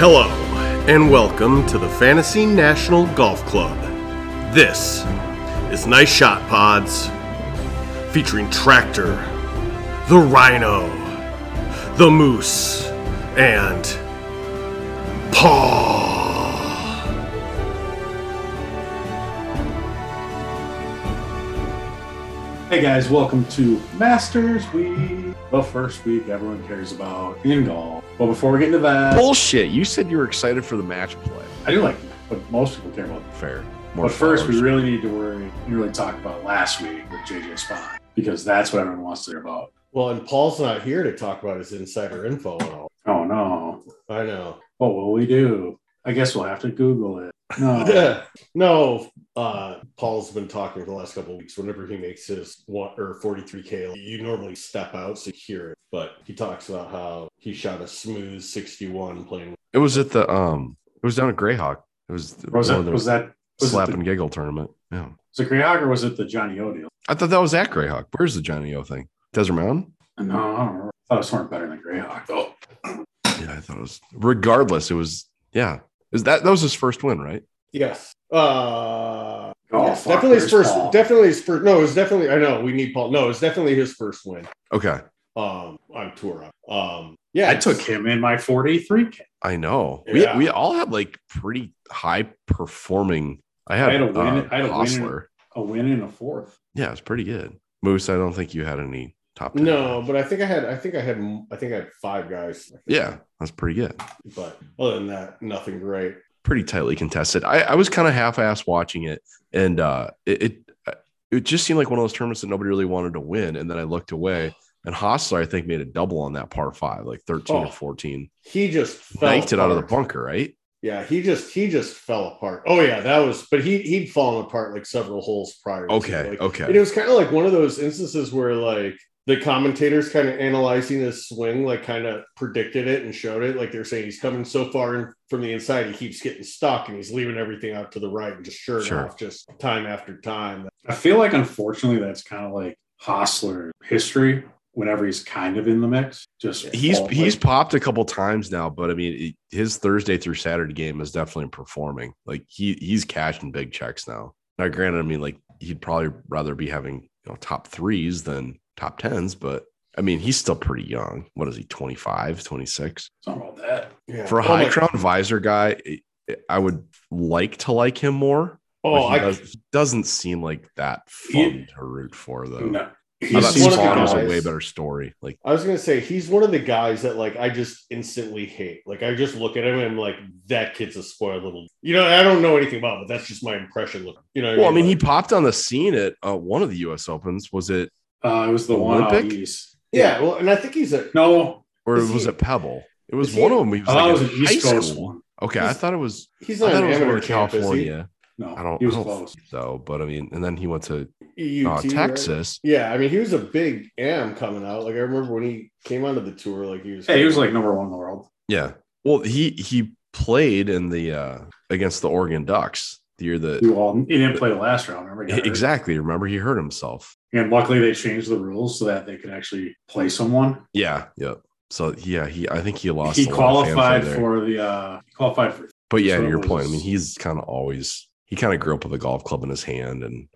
Hello, and welcome to the Fantasy National Golf Club. This is Nice Shot Pods, featuring Tractor, the Rhino, the Moose, and Paw. Hey guys, welcome to Masters Week, the first week everyone cares about in golf. But before we get into that, Bullshit. You said you were excited for the match play. I do like what most people care about. Fair. More But first, we followers. really need to worry and really talk about last week with JJ Spahn because that's what everyone wants to hear about. Well, and Paul's not here to talk about his insider info and all. Oh no, I know. what will we do? I guess we'll have to Google it. No, Yeah. no, uh, Paul's been talking for the last couple of weeks. Whenever he makes his one or 43K, you normally step out so you hear it. But he talks about how he shot a smooth 61 playing. it was at the um. It was down at Greyhawk. It was the- was that one of the was that was slap it the, and giggle tournament. Yeah. was it Greyhawk or was it the Johnny O deal? I thought that was at Greyhawk. Where's the Johnny O thing? Desert Mountain. No, I don't remember. I thought it was somewhere better than Greyhawk though. Yeah, I thought it was. Regardless, it was. Yeah. Is that that was his first win, right? Yes. Uh, Oh, yes, fuck, definitely his there's first. Paul. Definitely his first. No, it was definitely. I know we need Paul. No, it was definitely his first win Okay. um, on tour. Um, yeah, I took him in my 43K. I know. Yeah. We we all had like pretty high performing. I had, I had a win- uh, I had a win. Hostler. a win and a fourth. Yeah, it's pretty good. Moose, I don't think you had any top. 10. No, but I think I had. I think I had. I think I had five guys. Yeah, that's pretty good. but other than that, nothing great. pretty tightly contested. I, I was kind of half-ass watching it, and uh, it, it it just seemed like one of those tournaments that nobody really wanted to win. And then I looked away, and Hostler I think made a double on that par five, like thirteen Oh. or fourteen, He just fell knifed it out of the apart. bunker, right? Yeah, he just he just fell apart. Oh yeah, that was. But he he'd fallen apart like several holes prior. to, Okay, like- okay. And it was kind of like one of those instances where like the commentators kind of analyzing his swing, like kind of predicted it and showed it. Like they're saying he's coming so far in from the inside, he keeps getting stuck and he's leaving everything out to the right and just sure, Sure. off, just time after time. I feel like, unfortunately, that's kind of like Hostler history. Whenever he's kind of in the mix, just He's Oh, fall- he's like, popped a couple times now, but I mean it- his Thursday through Saturday game is definitely performing. Like he he's cashing big checks now. Now, granted, I mean like he'd probably rather be having you know top threes than top tens, but I mean he's still pretty young. What is he? 25, 26? something about that. Yeah. for a Oh, high my- crown visor guy, it- it- I would like to like him more. but Oh, he I does, doesn't seem like that fun He- to root for, though. No, I he's thought he's one of the Spawn was a guys- way better story. Like, I was gonna say he's one of the guys that like I just instantly hate. Like I just look at him and I'm like, that kid's a spoiled little. You know, I don't know anything about, him, but that's just my impression. Look, you know. what well, I mean, he Like, popped on the scene at uh, one of the U.S. Opens. Was it uh, it was the one out Olympic? east. yeah. Well, and I think he's a. No, or Is was he- it Pebble? It was is he- one of them. He was oh, like that was in an high East Coast school. one. Okay, I He's- thought it was. He's I not thought an it was amateur over in camp, is he? California. No, I don't. He was I don't close. think so, but I mean, and then he went to EUT, uh, E right? Texas. Yeah, I mean, he was a big am coming out. Like I remember when he came onto the tour, like he was. Hey, he was like number one in the world. Yeah. Well, he he played in the uh against the Oregon Ducks the year that e, He, all, he didn't play the last round. Remember? He got hurt. Exactly. Remember, he hurt himself. And luckily, they changed the rules so that they could actually play someone. Yeah. Yep. So yeah, he I think he lost. he a lot of fanfare qualified there. for the. Uh, he qualified for. But yeah, so to it your point, I was- mean, he's kind of always he kind of grew up with a golf club in his hand, and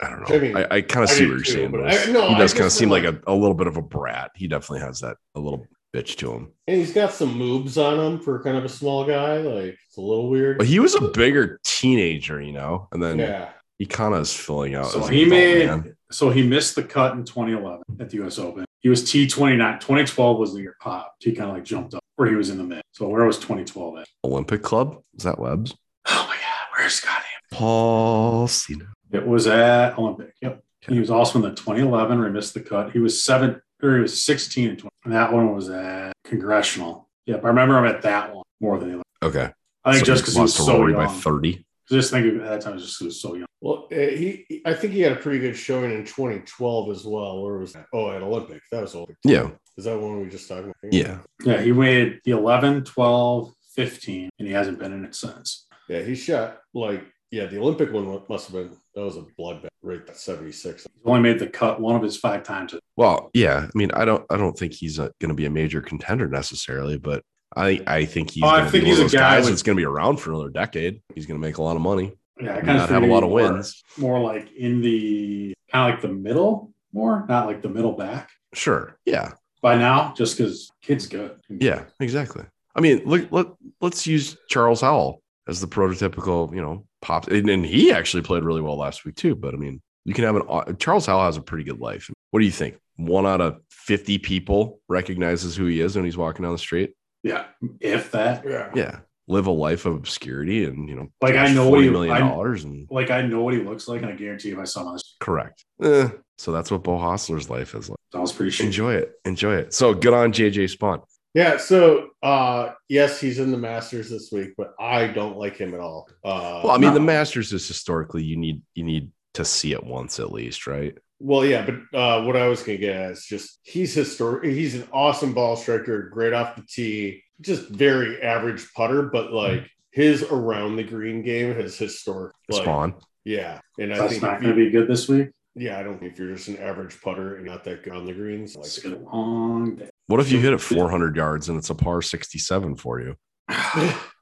I don't know. I, I mean, I, kind I of see did what you're too, saying. but Wes. I- no, he I does kind of just seem feel like a, a little bit of a brat. He definitely has that a little bitch to him. and he's got some moves on him for kind of a small guy. Like it's a little weird. But he was a bigger teenager, you know, and then yeah. he kind of is filling out. So as an he adult made man. so he missed the cut in 2011 at the U.S. Open. He was T29. 2012 was the year popped. He kind of like jumped up where he was in the mid. So where was 2012 at? Olympic Club. Is that Webb's? Oh my God, where's Scotty? Paul Cena. It was at Olympic. Yep. Okay. He was also in the 2011 where he missed the cut. He was seven or he was 16 and 20. And that one was at Congressional. Yep, I remember him at that one more than the other. Okay. I think So just because he was lost to so Rory by young. thirty. Just think at that time, just 'cause he was so young. Well, uh, he, he- I think he had a pretty good showing in 2012 as well. Where was that? Oh, at Olympic. That was Olympic. Yeah. Is that one we just talked about? Yeah. Yeah, he weighed the 11, 12, 15, and he hasn't been in it since. Yeah, he shot like yeah. The Olympic one wa- must have been that was a bloodbath rate. That 76. He's only made the cut one of his five times uh, Well, yeah. I mean, I don't I don't think he's going to be a major contender necessarily, but I I think he's. Oh, I gonna be think one he's of a those guy guys with- that's going to be around for another decade. He's going to make a lot of money. Yeah, I May kind not of have a lot of wins. More like in the kind of like the middle, more not like the middle back Sure. Yeah. by now, just because kid's good. Yeah. Exactly. I mean, look. Let Let's use Charles Howell as the prototypical, you know, pop. And, and he actually played really well last week too. But I mean, you can have an au- Charles Howell has a pretty good life. What do you think? One out of fifty people recognizes who he is when he's walking down the street. yeah, if that. Yeah. Yeah. Live a life of obscurity and you know, Like, I cash know what $40 he- million I- dollars and Like I know what he looks like, and I guarantee if I saw him, correct. Eh, so that's what Bo Hostler's life is like. I was pretty sure. Enjoy it. Enjoy it. So good on JJ Spawn. Yeah, so uh yes, he's in the Masters this week, but I don't like him at all. Uh Well, I mean, no. the Masters is historically you need you need to see it once at least, right? well, yeah, but uh what I was gonna get at is just he's historic he's an awesome ball striker, great off the tee, just very average putter, Hmm. but like his around the green game has historic like, Spawn. Yeah. And I That's think not if going to you, be good this week. yeah, I don't think if you're just an average putter and not that good on the greens, like It's gonna be a long day. What if you hit it 400 yards and it's a par 67 for you?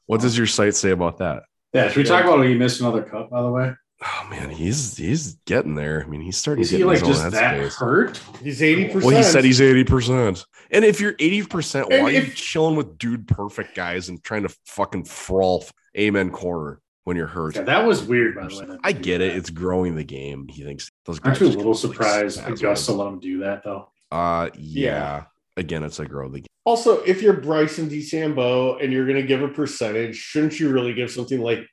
What does your site say about that? Yeah, should we talk about he missed another cup? By the way, Oh man, he's he's getting there. I mean, he's starting is to he get in like his just own that headspace. hurt? he's 80%. Well, he said he's 80%. And if you're 80%, why And are you if- chilling with dude perfect guys and trying to fucking frawl amen corner when you're hurt? Yeah, that was weird. By the way, I get it. It's growing the game. He thinks those Aren't guys. you a just little get, like, surprised spasms. Augusta let him do that though? Uh, yeah. Yeah. Again, it's a grow the game. Also, if you're Bryson DeChambeau and you're going to give a percentage, shouldn't you really give something like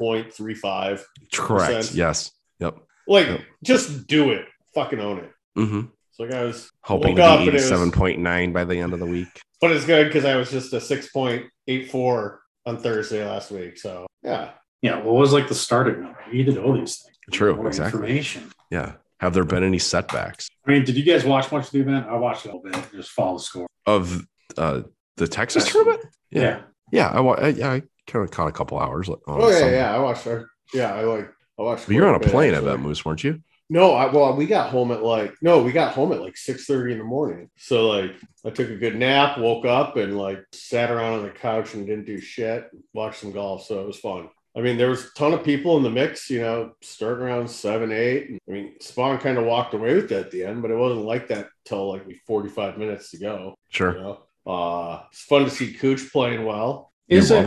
82.35? Correct. Percent. Yes. Yep. Like, Yep. just do it. Fucking own it. Mm-hmm. So like I was Hoping woke up to and be it was- eighty-seven point nine by the end of the week. but it's good because I was just a 6.84 on Thursday last week. So yeah. Yeah, what was like the starting number? He did all these things. True, More exactly. Information. Yeah. Have there been any setbacks I mean, did you guys watch much of the event? I watched a little bit. Just follow the score. of uh the Texas That's- tournament? Yeah, Yeah. I wa- I, yeah. I kind of caught a couple hours. on Oh, yeah, some- yeah. I watched. Our, yeah, I like. I watched. But you're on a quite bit, plane, I actually. bet, Moose, weren't you? No, I well, we got home at like no, we got home at like six thirty in the morning. So like, I took a good nap, woke up, and like sat around on the couch and didn't do shit. Watched some golf, so it was fun. I mean, there was a ton of people in the mix, you know, starting around seven, eight. I mean, Spawn kind of walked away with that at the end, but it wasn't like that till like forty-five minutes to go. You Sure. know, uh, it's fun to see Cooch playing well, You Is it- love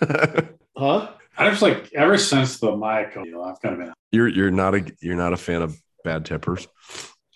them. huh? I just like ever since the Mayakoba deal, I've kind of been. you're you're not a you're not a fan of bad tippers.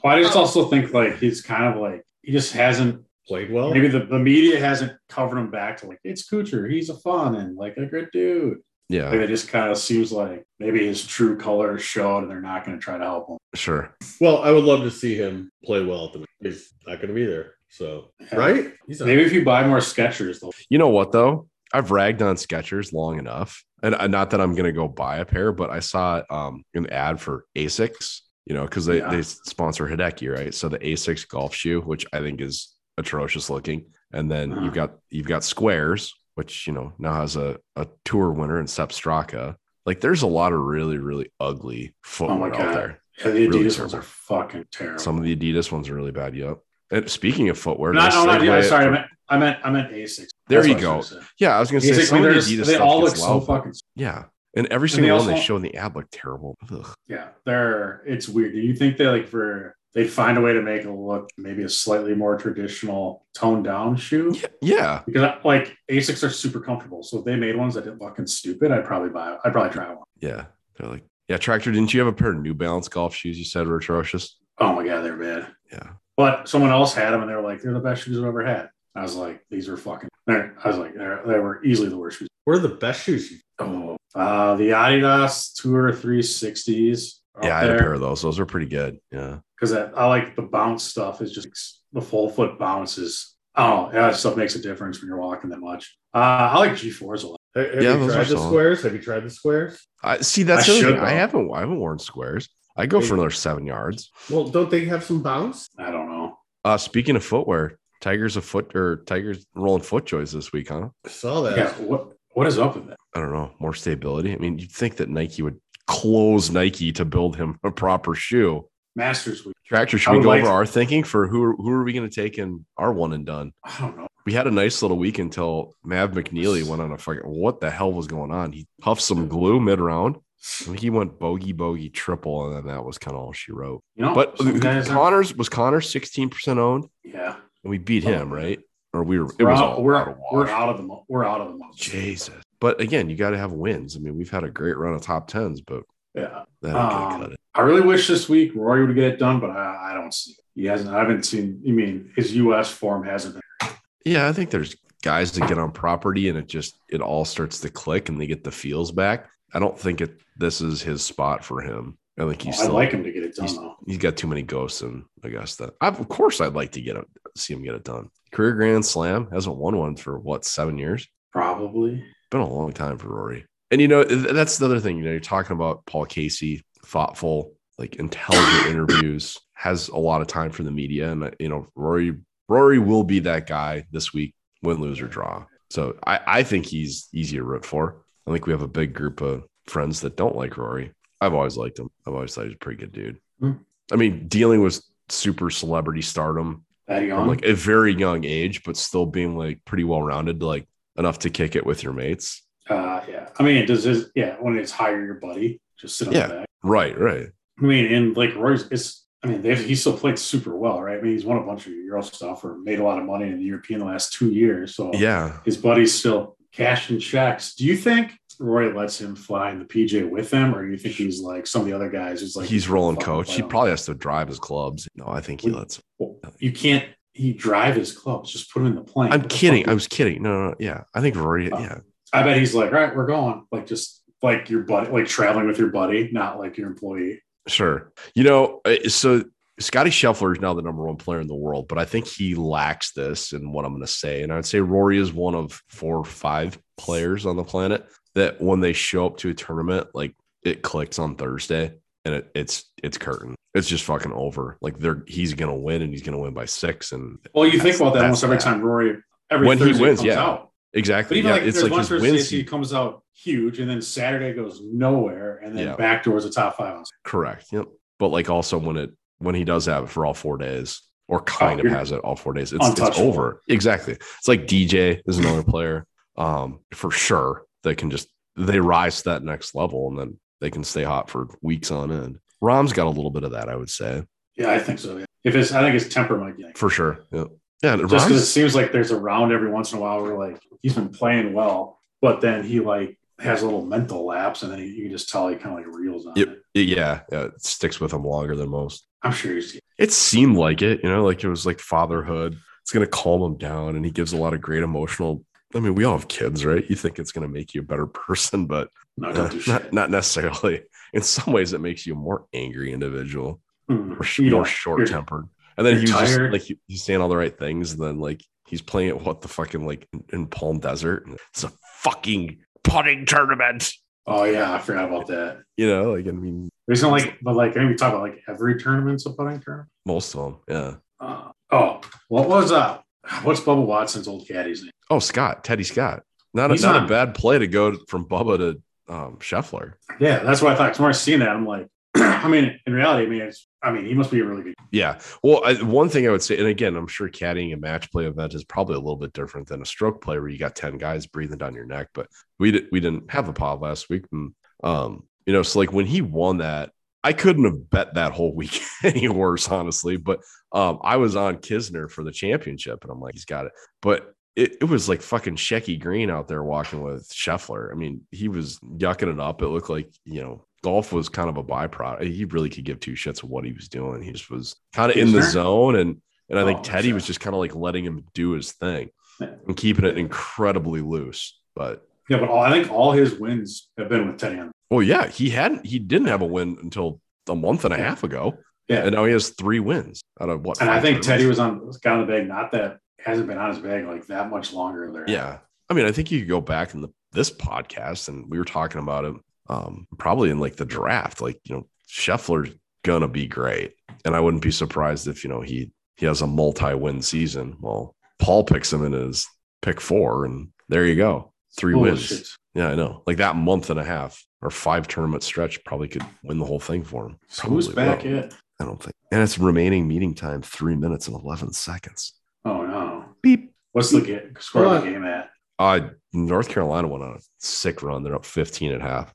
Well, I just also think like he's kind of like he just hasn't. Played well. Maybe the, the media hasn't covered him back to like it's Kucher. He's a fun and like a good dude. Like Yeah. it just kind of seems like maybe his true colors showed, and they're not going to try to help him. Sure. Well, I would love to see him play well at the. He's not going to be there, so right? He's not- Maybe if you buy more Skechers, they'll You know what though? I've ragged on Skechers long enough, and uh, not that I'm gonna go buy a pair, but I saw um, an ad for Asics. You know, because they Yeah. they sponsor Hideki, right? So the Asics golf shoe, which I think is atrocious looking, and then Uh-huh. you've got you've got Squares, which you know now has a a tour winner in Sep Straka. Like, there's a lot of really really ugly footwear out Oh God. there. Yeah, the Adidas Really ones terrible. are fucking terrible. Some of the Adidas ones are really bad. Yep. And speaking of footwear, no, let's no, not segue Adidas. it Sorry, I from- meant I meant I meant Asics. There That's you what go. I was gonna say. yeah, I was gonna say Asics, I some mean, of they're the just- Adidas they stuff all look gets so loud, but- fucking. Yeah. And every they single one they also- show in the ad looked terrible. Ugh. Yeah, they're it's weird. Do you think they like for they find a way to make it look maybe a slightly more traditional toned down shoe? Yeah, yeah. Because I- like Asics are super comfortable, so if they made ones that did fucking stupid, I'd probably buy. I'd probably try one. Yeah. They're like, yeah, Tractor, didn't you have a pair of New Balance golf shoes you said were atrocious? Oh my god, they're bad. Yeah. But someone else had them, and they were like, "They're the best shoes I've ever had." I was like, "These are fucking." they're- I was like, they're- "They were easily the worst shoes." What are the best shoes you Oh, uh, the Adidas Tour 360s. are yeah, up I had a there. pair of those. Those are pretty good. Yeah. because I, I like the bounce stuff is just the full foot bounces. Oh, yeah, that stuff makes a difference when you're walking that much. Uh, I like G4s a lot. Have, have Yeah, you those are tried the solid. squares? Have you tried the squares? I see that's I the other should, thing. I though. haven't I haven't worn squares. I go for another seven yards. Well, don't they have some bounce? I don't know. Uh speaking of footwear, Tigers a foot or Tigers rolling foot joys this week, huh? I saw that. Yeah, what what is up with that? I don't know, more stability. I mean, you'd think that Nike would close Nike to build him a proper shoe. Masters week. Tractor, should I we would go like over to- our thinking for who who are we going to take in our one and done? I don't know. we had a nice little week until Mav McNeely went on a fucking what the hell was going on? He puffed some glue mid round. I think he went bogey bogey triple, and then that was kind of all she wrote. You know, But some guys are- Connors was Connors sixteen percent owned, yeah, and we beat him, right? Or we were it Oh. we're was out, all we're, out of wash. we're out of the mo- we're out of the month. Jesus. But again, you got to have wins. I mean, we've had a great run of top tens, but Yeah, that ain't gonna Um, cut it. I really wish this week Rory would get it done, but I, I don't see. It. He hasn't. I haven't seen. You mean his U.S. form hasn't been? Yeah, I think there's guys that get on property and it just it all starts to click and they get the feels back. I don't think it this is his spot for him. I think he's I'd still like him to get it done though. he's got too many ghosts in Augusta. I, of course, I'd like to get him, see him get it done. Career Grand Slam hasn't won one for what seven years. Probably. Been a long time for Rory. And you know th- that's the other thing. You know, you're talking about Paul Casey, thoughtful, like intelligent interviews, has a lot of time for the media, and uh, you know Rory Rory will be that guy this week, win, lose or draw. So I I think he's easy to root for. I think we have a big group of friends that don't like Rory. I've always liked him. I've always thought he's a pretty good dude. Hmm. I mean, dealing with super celebrity stardom That from young. like a very young age, but still being like pretty well rounded, like enough to kick it with your mates. uh, yeah. I mean, it does his. Yeah, when it's hire your buddy, just sit on Yeah. the back. Right, right. I mean, and like Roy's. It's. I mean, they've, he still played super well, right? I mean, he's won a bunch of Euro stuff or made a lot of money in the European the last two years. So Yeah. his buddy's still cashing checks. Do you think Roy lets him fly in the PJ with him, or do you think he's like some of the other guys who's like He's rolling fuck, coach. why He not? probably has to drive his clubs. No, I think he lets. Well, you can't. He drive his clubs. Just put him in the plane. I'm What the kidding. fuck? I was kidding. No, no, no. Yeah. I think Rory, Oh. yeah. I bet he's like, all right, we're going. Like just like your buddy, like traveling with your buddy, not like your employee. Sure. You know, uh, so Scotty Scheffler is now the number one player in the world, but I think he lacks this in what I'm going to say. And I'd say Rory is one of four or five players on the planet that when they show up to a tournament, like it clicks on Thursday and it, it's it's curtain. It's just fucking over. Like they're he's gonna win and he's gonna win by six and Well, you think That's- about that almost that's every that. time Rory every When he Thursday wins, comes yeah. out. But exactly. even Yeah, like it's there's like one his Thursday wins. he comes out huge, and then Saturday goes nowhere, and then Yeah. backdoors the top five. Correct. Yep. But like also when it when he does have it for all four days or kind of Oh, you're has it all four days, it's, it's untouchable. over. Exactly. It's like DJ is another player um for sure that can just they rise to that next level and then they can stay hot for weeks on end. Rom's got a little bit of that, I would say, Yeah, I think so. Yeah. If it's, I think his temper might be. Like, for sure. Yep. Yeah, and just because it Rahm's- seems like there's a round every once in a while where like he's been playing well, but then he like has a little mental lapse, and then he, you can just tell he kind of like reels on Yep. it. yeah, yeah, it sticks with him longer than most. I'm sure he's it seemed like it, you know, like it was like fatherhood. It's going to calm him down. And he gives a lot of great emotional. I mean, we all have kids, right? You think it's going to make you a better person, but no, uh, don't do not, shit. not necessarily. In some ways, it makes you a more angry individual Hmm. or sh- Yeah. more short tempered. And then you're he was just tired. like, he- he's saying all the right things. And then, like, he's playing at what the fucking, like, in, in Palm Desert. And it's a fucking putting tournament, Oh yeah, I forgot about that. you know, like, I mean, But Isn't like, but like, I think we talk about like every tournament's a putting tournament. most of them. Yeah. Uh, oh, what was that? What's Bubba Watson's old caddy's name? Oh, Scott, Teddy Scott. Not a, He's not a not- bad play to go from Bubba to um, Scheffler. Yeah, that's what I thought. 'Cause When I seen that, I'm like, I mean, in reality, I mean, it's, I mean, he must be a really good. Yeah. Well, I, one thing I would say, and again, I'm sure caddying a match play event is probably a little bit different than a stroke play where you got 10 guys breathing down your neck, but we, di- we didn't have the pod last week. And, um, you know, so like when he won that, I couldn't have bet that whole week any worse, honestly. But um, I was on Kisner for the championship and I'm like, he's got it. But it, it was like fucking Shecky Green out there walking with Scheffler. I mean, he was yucking it up. It looked like, you know, golf was kind of a byproduct. He really could give two shits of what he was doing. He just was kind of in the Kisner? zone. And and I think Oh, Teddy sure. was just kind of like letting him do his thing Yeah. and keeping it incredibly loose. But Yeah, but all, I think all his wins have been with Teddy. on- well, yeah, he hadn't he didn't have a win until a month and a Yeah. half ago. Yeah. And now he has three wins out of what And I five think Teddy tournaments? was on was got on the bag. Not that hasn't been on his bag like that much longer. There. Yeah. I mean, I think you could go back in the, this podcast and we were talking about it um, probably in like the draft, like, you know, Scheffler's going to be great. And I wouldn't be surprised if, you know, he, he has a multi win season. Well, Paul picks him in his pick four and there you go. Three wins. Bullshit. Yeah, I know. Like that month and a half or five tournament stretch probably could win the whole thing for him. So who's Probably back will. yet? I don't think. And it's remaining meeting time, three minutes and 11 seconds. Oh no. Beep. What's the game, score Hold of the game at? Uh, North Carolina went on a sick run. They're up 15 at half.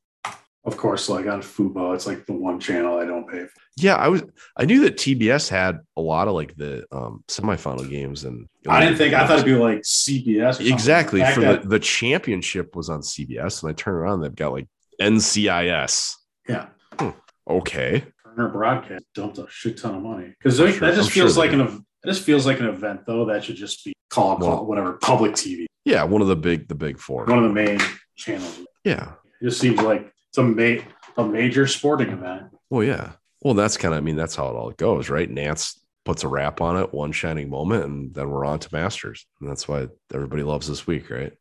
Of course, like on Fubo, it's like the one channel I don't pay for. Yeah, I was. I knew that TBS had a lot of like the um semifinal games, and I didn't think I thought it'd be like CBS. Or something. exactly The fact for that- the, the championship was on CBS, and I turned around, they've got like NCIS. yeah. Okay, Turner Broadcast dumped a shit ton of money because that sure- that just I'm sure feels they like did. an ev- that just feels like an event though that should just be call call Well- whatever public TV yeah, one of the big the big four. one of the main channels. yeah, It just seems like it's a ma- a major sporting event. well, yeah, well, that's kind of. I mean, that's how it all goes, right? Nance puts a wrap on it, one shining moment, and then we're on to Masters, and that's why everybody loves this week, right?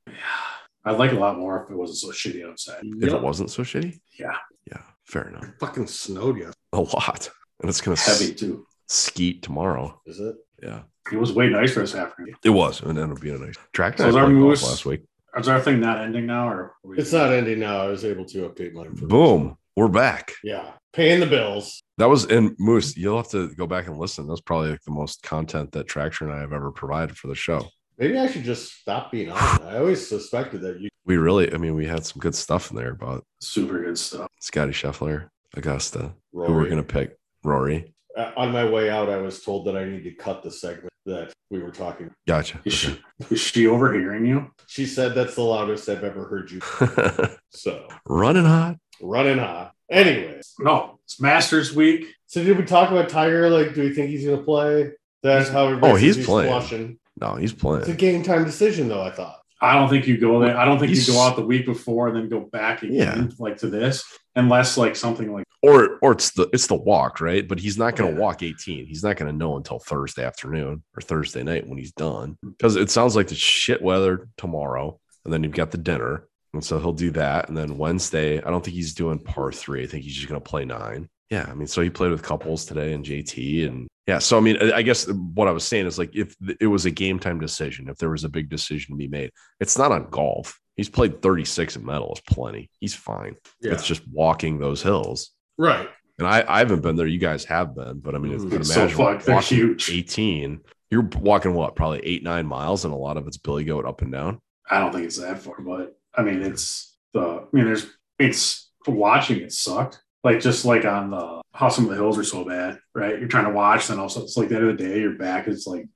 I'd like it a lot more if it wasn't so shitty outside. If it wasn't so shitty, Yeah. yeah, fair enough. Fucking snowed yesterday. A lot, and it's gonna Heavy too. skeet tomorrow. Is it? Yeah. It was way nicer this afternoon. It was, and that'll be a nice track. So night is our like golf moose- last week. Is our thing not ending now or? are we- It's not ending now. I was able to update my information. Boom, we're back. Yeah, paying the bills. That was in Moose. You'll have to go back and listen. That's probably like the most content that Traction and I have ever provided for the show. Maybe I should just stop being on. I always suspected that you. We really, I mean, we had some good stuff in there about super good stuff. Scotty Scheffler, Augusta, who Rory. we're gonna pick, Rory. Uh, on my way out, I was told that I need to cut the segment that we were talking. Gotcha. Is she, is she overhearing you? She said that's the loudest I've ever heard you. Okay. So Running hot. running hot. Anyway, No, it's Masters week. so did we talk about Tiger? Like, do we think he's going to play? That's how. everybody Oh, says he's playing. Flushing. No, he's It's a playing. game time decision, though. I thought. I don't think you go there. I don't think you He's- go out the week before and then go back again like to this, unless like something like Or or it's the it's the walk, right? But he's not gonna Yeah. walk 18. He's not gonna know until Thursday afternoon or Thursday night when he's done. Because it sounds like the shit weather tomorrow, and then you've got the dinner. And so he'll do that. And then Wednesday, I don't think he's doing par three. I think he's just gonna play nine. Yeah. I mean, so he played with couples today and JT and yeah. So I mean, I I guess what I was saying is like if th- it was a game time decision, if there was a big decision to be made, it's not on golf. He's played 36 at medals, plenty. He's fine. Yeah. It's just walking those hills. right. And I, I haven't been there. You guys have been, but I mean, if Mm-hmm. you can It's so imagine fucked, they're walking huge. 18, you're walking what, probably eight, nine miles, and a lot of it's Billy Goat up and down. I don't think it's that far, but I mean it's the I mean there's it's watching it sucked. Like just like on the how some of the hills are so bad, right? You're trying to watch, then also it's like the end of the day, your back is like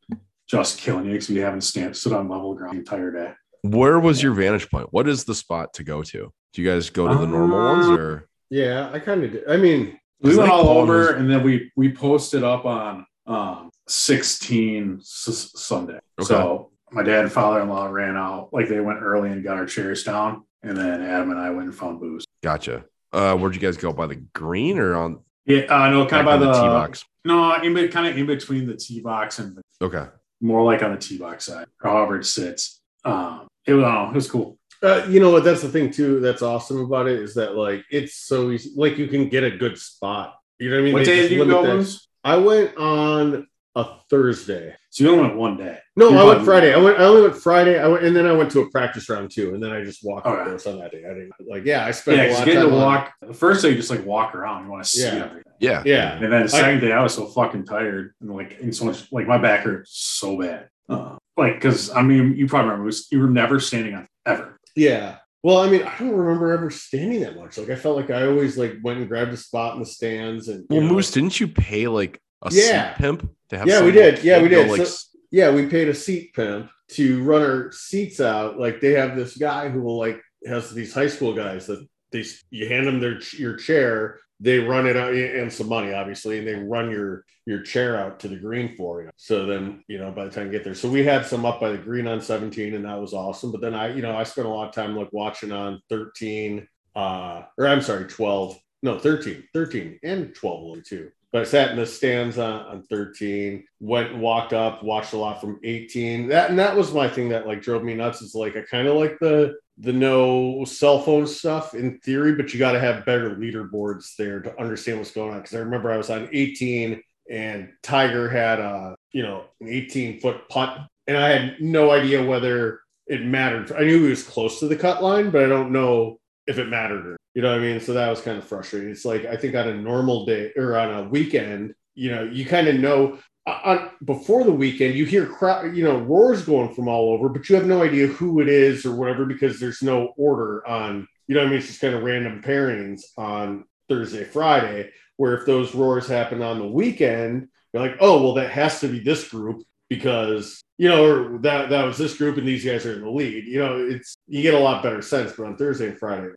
just killing you because you haven't stand, stood on level ground the entire day. Where was your vantage point? What is the spot to go to? Do you guys go to the normal Uh, ones or Yeah, I kind of. I mean, We Is went that all the one over, who's- and then we we posted up on um 16 s- Sunday. Okay. So my dad and father in law ran out, like they went early and got our chairs down, and then Adam and I went and found booze. gotcha? Uh, where'd you guys go by the green or on Yeah, uh, no, kind of by back the, on tee box? no, in be, kind of in between the tee box and Okay, more like on the tee box side, or however it sits. Um, it was oh, it was cool. Uh, you know what? That's the thing too. That's awesome about it is that like it's so easy. Like you can get a good spot. You know what I mean? What They day just did you limit go? that. Booze? I went on a Thursday. So you only went one day. No, You I went went- Friday. I went. I only went Friday. I went, and then I went to a practice round too, and then I just walked Okay. the course on that day. I didn't like. Yeah, I spent Oh, Yeah, a 'cause lot of you time get to on- walk. The first day, you just like walk around. You want to see Yeah. everything. yeah, Yeah, And then the I- second day, I was so fucking tired and like and so much like my back hurt so bad. Uh, like because I mean, you probably remember it was, you were never standing on ever. yeah. Well, I mean, I don't remember ever standing that much. Like I felt like I always like went and grabbed a spot in the stands and. you Well, know. Moose, didn't you pay like a Yeah. seat pimp to have? Yeah, we some did. Yeah, we go, did. like, So- Yeah, we paid a seat pimp to run our seats out. Like they have this guy who will like has these high school guys that they you hand them their your chair, they run it out and some money obviously, and they run your your chair out to the green for you. So then you know by the time you get there, so we had some up by the green on 17, and that was awesome. But then I you know I spent a lot of time like watching on 13, uh or I'm sorry 12, no 13, 13 and 12 little too. But I sat in the stands on, on 13, went and walked up, watched a lot from 18. That and that was my thing that like drove me nuts. Is like I kind of like the the no cell phone stuff in theory, but you got to have better leaderboards there to understand what's going on. Because I remember I was on 18 and Tiger had a you know an 18 foot putt, and I had no idea whether it mattered. I knew he was close to the cut line, but I don't know if it mattered or you know what I mean. So that was kind of frustrating. It's like I think on a normal day or on a weekend, you know, you kind of know on, before the weekend, you hear crowd, you know, roars going from all over, but you have no idea who it is or whatever because there's no order on, you know what I mean? It's just kind of random pairings on Thursday, Friday, where if those roars happen on the weekend, you're like, oh, well, that has to be this group because, you know, or that, that was this group and these guys are in the lead. You know, it's, you get a lot better sense, but on Thursday and Friday,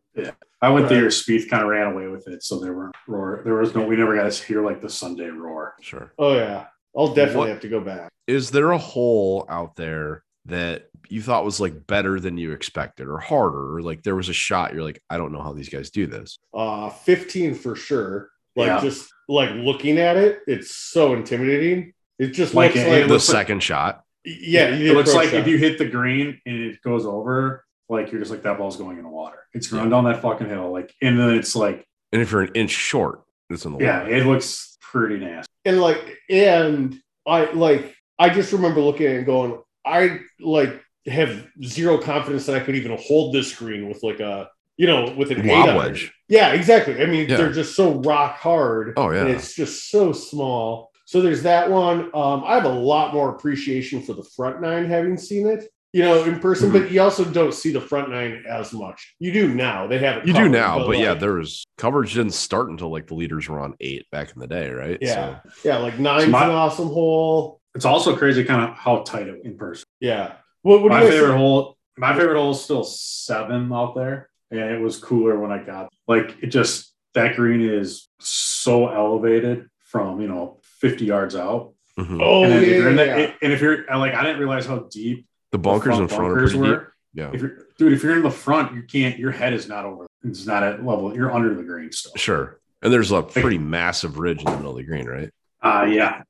I went Right. there. Spieth kind of ran away with it, so there were roar. There was no. We never got to hear like the Sunday roar. Sure. oh, yeah, I'll definitely What- have to go back. Is there a hole out there that you thought was like better than you expected or harder? Or like there was a shot you're like, I don't know how these guys do this. uh 15 for sure like Yeah. just like looking at it it's so intimidating it just Like, looks it- like it the looks like- second shot. yeah it, the looks approach like if shot. you hit the green and it goes over, like you're just like that ball's going in the water. It's going Yeah. down that fucking hill, like, and then it's like, And if you're an inch short, it's in the yeah, water. it looks pretty nasty. and like and i like i just remember looking at it and going i like have zero confidence that i could even hold this screen with like a you know with an Lob eight iron. wedge. yeah exactly i mean Yeah. they're just so rock hard Oh, yeah. and it's just so small so there's that one um i have a lot more appreciation for the front nine having seen it you know in person Mm-hmm. but you also don't see the front nine as much you do now they have it You do covered, now, but, yeah, like- there was coverage didn't start until like the leaders were on eight back in the day, right? yeah So, yeah like nine's So my- an awesome hole It's also crazy, kind of how tight it in person. yeah what, what do you my guys favorite hole, my favorite hole is still seven out there, and it was cooler when I got like it. Just that green is so elevated from think? you know 50 yards out. mhm. Oh and, then if yeah, you're in yeah, that- yeah. and if you're and, like, I didn't realize how deep the the bunkers front in front bunkers are pretty were. deep. Yeah. If you're, dude, if you're in the front, you can't. Your head is not over. It's not at level. You're under the green still. Sure. And there's a pretty massive ridge in the middle of the green, right? Uh yeah.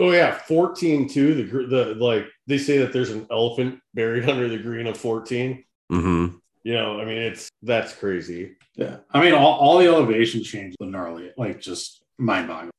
Oh yeah, fourteen too. The gr- the like they say that there's an elephant buried under the green of fourteen. Mm-hmm. You know, I mean it's that's crazy. Yeah. I mean, all, all the elevation changes the gnarly, like just mind boggling.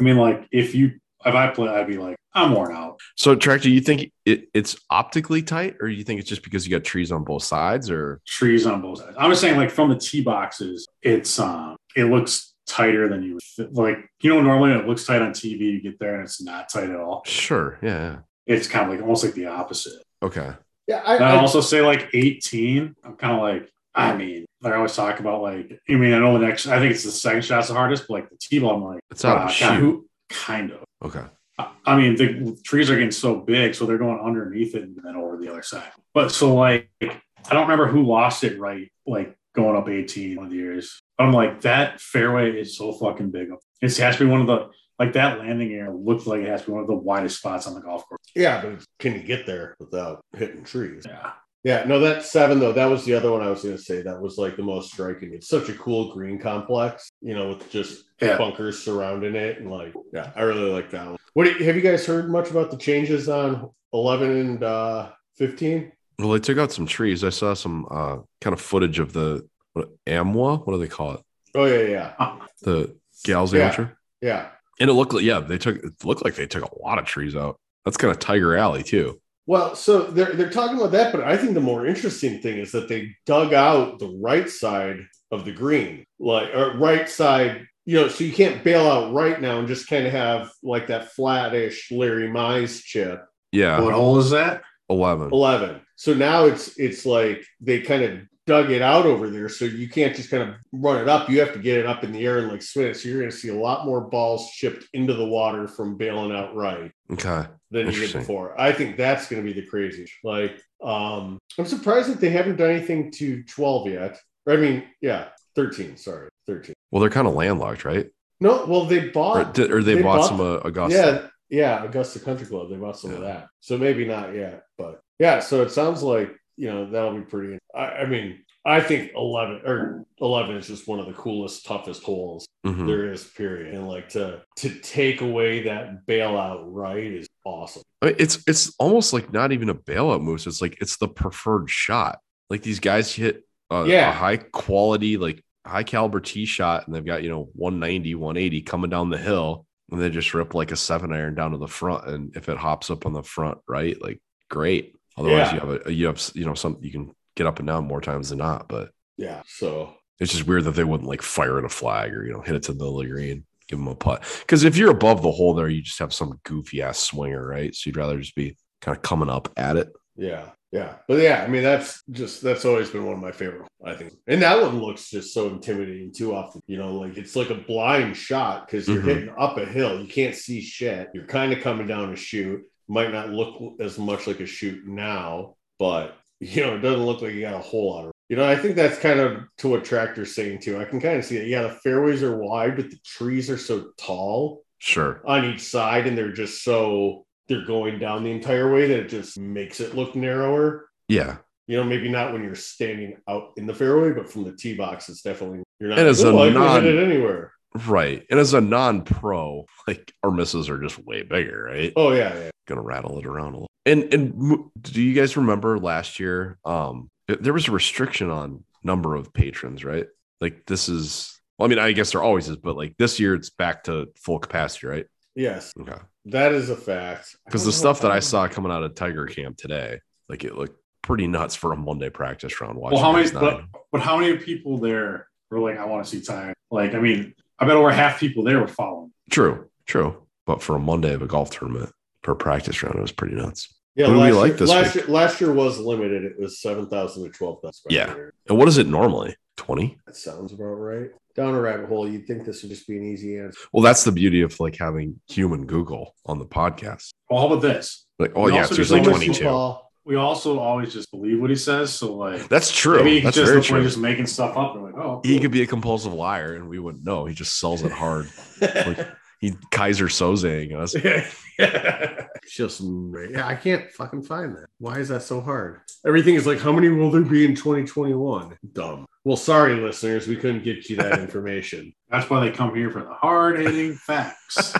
I mean, like if you if I play, I'd be like, I'm worn out. So, Tractor, you think it, it's optically tight, or you think it's just because you got trees on both sides, or Trees on both sides. I'm just saying, like from the tee boxes, it's um, it looks tighter than you would thi- like. You know, normally when it looks tight on TV. You get there and it's not tight at all. sure? Yeah. yeah. It's kind of like almost like the opposite. Okay. Yeah, I, And I I, also say like 18. I'm kind of like, I mean, like I always talk about like, I mean, I know the next, I think it's the second shot's the hardest, but like the T ball, I'm like, It's out of the "Ah, shoe." God, who- kind of. Okay. I- I mean, the trees are getting so big, so they're going underneath it and then over the other side. But so like, I don't remember who lost it right, like going up 18 one of the years. I'm like, that fairway is so fucking big. It has to be one of the, like that landing area looked like it has to be one of the widest spots on the golf course. yeah, but can you get there without hitting trees? Yeah. Yeah, no, that seven though. That was the other one I was going to say. That was like the most striking. It's such a cool green complex, you know, with just Yeah. bunkers surrounding it, and like, yeah, I really like that one. What do you, have you guys heard much about the changes on eleven and uh fifteen? Well, they took out some trees. I saw some uh, kind of footage of the what, Amwa. What do they call it? Oh yeah, yeah, The gals Yeah. amateur. yeah. And it looked like yeah, they took it looked like they took a lot of trees out. That's kind of Tiger Alley too. Well, so they're they're talking about that, but I think the more interesting thing is that they dug out the right side of the green, like or right side. You know, so you can't bail out right now and just kind of have like that flattish Larry Mize chip Yeah, What hole is that? eleven. eleven. So now it's it's like they kind of dug it out over there, so you can't just kind of run it up. You have to get it up in the air and like swing it. So you're going to see a lot more balls chipped into the water from bailing out right Okay. than you did Interesting. before. I think that's going to be the craziest. Like, um, I'm surprised that they haven't done anything to 12 yet. Or, I mean, yeah, 13. Sorry, 13. Well, they're kind of landlocked, right? No, well, they Or, bought. did, or they, they bought, bought- some uh, Augusta. yeah, yeah, Augusta Country Club. They bought some of Yeah. that. So maybe not yet, but yeah. So it sounds like you know that'll be pretty. I, I mean, I think 11 or 11 is just one of the coolest, toughest holes Mhm. there is. Period. And like to to take away that bailout right is awesome. I mean, it's it's almost like not even a bailout move. So it's like it's the preferred shot. Like these guys hit a, Yeah. a high quality, like high caliber tee shot, and they've got you know 190, 180 coming down the hill, and they just rip like a seven iron down to the front. And if it hops up on the front, right, like great. Otherwise, Yeah. you have a you have you know something you can get up and down more times than not. But Yeah. So it's just weird that they wouldn't like fire at a flag or you know hit it to the middle of the green. give him a putt. Because if you're above the hole there, you just have some goofy ass swinger, right? So you'd rather just be kind of coming up at it. Yeah, yeah, but yeah, I mean that's just that's always been one of my favorite. I think, and that one looks just so intimidating too often. You know, like it's like a blind shot because you're Mhm. hitting up a hill, you can't see shit. You're kind of coming down a chute. Might not look as much like a chute now, but you know it doesn't look like you got a whole lot of. You know, I think that's kind of to what Tractor's saying too. I can kind of see that. Yeah, the fairways are wide, but the trees are so tall Sure. on each side and they're just so they're going down the entire way that it just makes it look narrower Yeah. you know maybe not when you're standing out in the fairway but from the tee box it's definitely you're not And as a "Ooh, I can non- hit it anywhere Right. And as a non pro, like our misses are just way bigger, right? oh yeah, yeah gonna rattle it around a little. And and m- do you guys remember last year? Um, th- there was a restriction on number of patrons, right? Like this is. Well, I mean, I guess there always is, but like this year, it's back to full capacity, right? yes Okay. that is a fact I Because don't know the stuff that how- I saw coming out of Tiger Camp today, like it looked pretty nuts for a Monday practice round. Well, how many? watching those But, nine. but how many people there were like, I want to see time? Like, I mean, I bet over half people there were following. True, true. But for a Monday of a golf tournament per practice round, it was pretty nuts. yeah Who do we last, like year, this last week? year last year was limited it was 7000 to 12000 Yeah. And what is it normally? Twenty. that sounds about right down a rabbit hole you'd think this would just be an easy answer Well, that's the beauty of like having human Google on the podcast. Well, how about this? Like, oh And yeah, also it's there's usually always twenty two. Football. We also always just believe what he says. So like, That's true. maybe he could That's just very look like true. just making stuff up. And like, oh, he cool. could be a compulsive liar, and we wouldn't know. He just sells it hard. Like- He Kaiser Sozeing us. It's just yeah, I can't fucking find that. Why is that so hard? Everything is like, how many will there be in 2021? Dumb. Well, sorry, listeners, we couldn't get you that information. That's why they come here for the hard hitting facts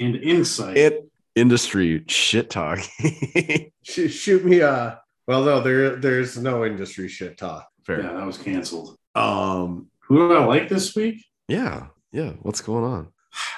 and insight. It industry shit talk. Fair. Sh- shoot me a. Well, no, there, there's no industry shit talk. yeah, that was canceled. Um. Who do I like this week, Yeah. Yeah. What's going on?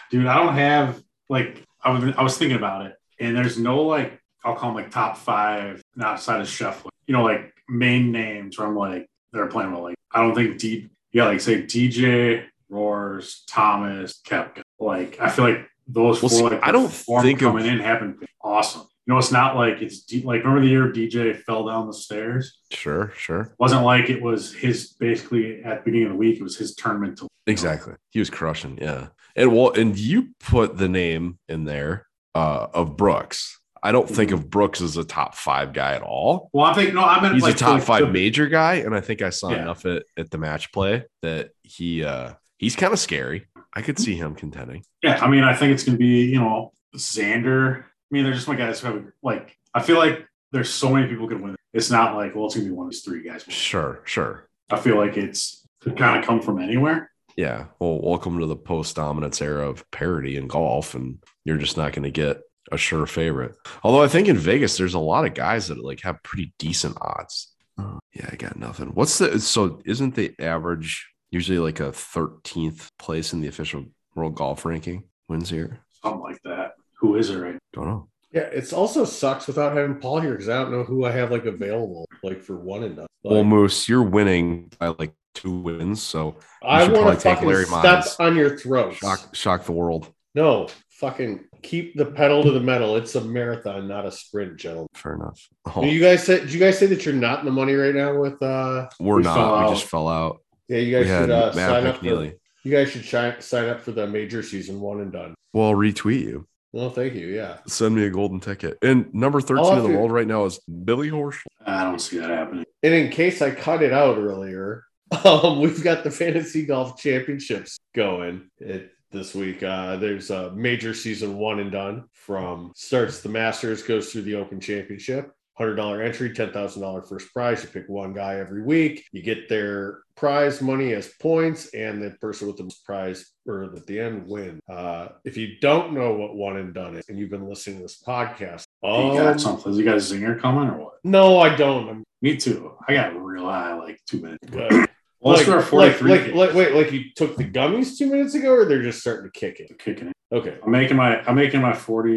dude? I don't have like I was I was thinking about it, and there's no like I'll call them like top five outside of Scheffler. You know, like main names from like they're playing with like I don't think D yeah like say DJ Roars Thomas Kepka. Like I feel like those Well, four see, like I the don't form think of- coming in happened awesome. You know, it's not like it's D, like remember the year DJ fell down the stairs. Sure. Sure. wasn't like it was his basically at the beginning of the week, it was his tournament to Exactly. He was crushing. Yeah. And well, and you put the name in there uh, of Brooks. I don't think of Brooks as a top five guy at all. well, I think no, I meant he's like a top like, five the- major guy, and I think I saw Yeah. enough at, at the match play that he uh he's kind of scary. I could see him contending. Yeah, I mean, I think it's gonna be, you know, Xander. I mean, they're just my guys who have like I feel like there's so many people could win. it. It's not like, well, it's gonna be one of these three guys. Sure, sure. I feel like it's could kind of come from anywhere. Yeah. Well, welcome to the post dominance era of parity in golf, and you're just not going to get a sure favorite. Although I think in Vegas, there's a lot of guys that like have pretty decent odds. Oh. Yeah, I got nothing. What's the so isn't the average usually like a 13th place in the official world golf ranking wins here? Something like that. Who is it right? Don't know. Yeah, it's also sucks without having Paul here because I don't know who I have like available like for one and nothing. Like, Well, Moose, you're winning by like two wins, so I should want probably to take fucking Larry step Mize. on your throat. shock shock the world. No, fucking keep the pedal to the metal. It's a marathon, not a sprint, gentlemen. Fair enough. Do Oh, You guys said, did you guys say that you're not in the money right now with, uh, Oh, we're we not. fell We out. just fell out. yeah, you We guys had should uh, Matt sign up. For, McNeely. you guys should shi- sign up for the major season one and done. Well, I'll retweet you. Well, thank you. Yeah. Send me a golden ticket. And number 13 in if the you- world right now is Billy Horschel. I don't see that happening. And in case I cut it out earlier, um, we've got the fantasy golf championships going it, this week. Uh, there's a major season one and done from starts the Masters, goes through the Open Championship. $100 entry, $10,000 first prize. You pick one guy every week. You get their prize money as points, and the person with the most prize or at the end win. Uh, if you don't know what one and done is, and you've been listening to this podcast, You oh, got something. You got a zinger coming or what? no, I don't. I'm Me too. I got real eye like two minutes. good. Well, like, that's our like, 43 like, like, wait, like you took the gummies two minutes ago, or they're just starting to kick in? kicking it. Okay. I'm making my I'm making my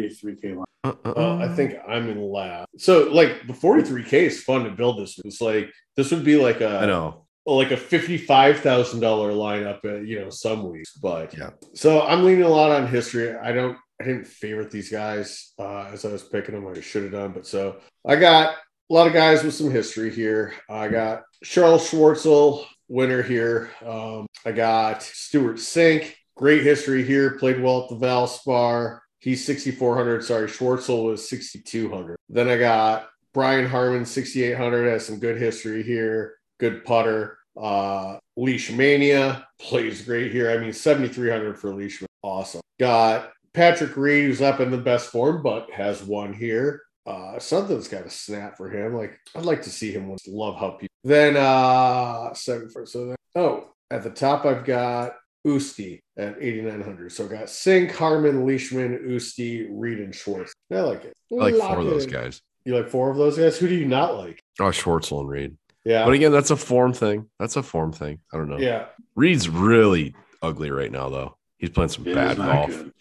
43k line. Uh, uh, Well, Uh-uh. I uh. think I'm in last. So, like, the 43K is fun to build this. It's like, this would be like a I know. like a fifty-five thousand dollar lineup, uh, you know, some weeks. But Yeah. so I'm leaning a lot on history. I don't, I didn't favorite these guys uh, as I was picking them. I should have done, but so I got a lot of guys with some history here. I got Charles Schwartzel, winner here. Um, I got Stuart Sink, great history here. Played well at the Valspar. He's 6,400. Sorry, Schwartzel was 6,200. Then I got Brian Harmon, 6,800. Has some good history here. Good putter. Uh, Leishmania plays great here. I mean, 7,300 for Leishman. Awesome. Got Patrick Reed, who's not in the best form, but has one here. Uh, something's got to snap for him. Like I'd like to see him. Love how people. Then uh, seven for so. Then, oh, at the top I've got Usti at eighty nine hundred. So I got Singh, Harmon, Leishman, Usti, Reed, and Schwartz. I like it. I like Lock four of it those in. guys. You like four of those guys? Who do you not like? Oh, Schwartzel and Reed. Yeah, But again, that's a form thing. That's a form thing. I don't know. yeah. Reed's really ugly right now, though. He's playing some Yeah, bad he's not golf. good.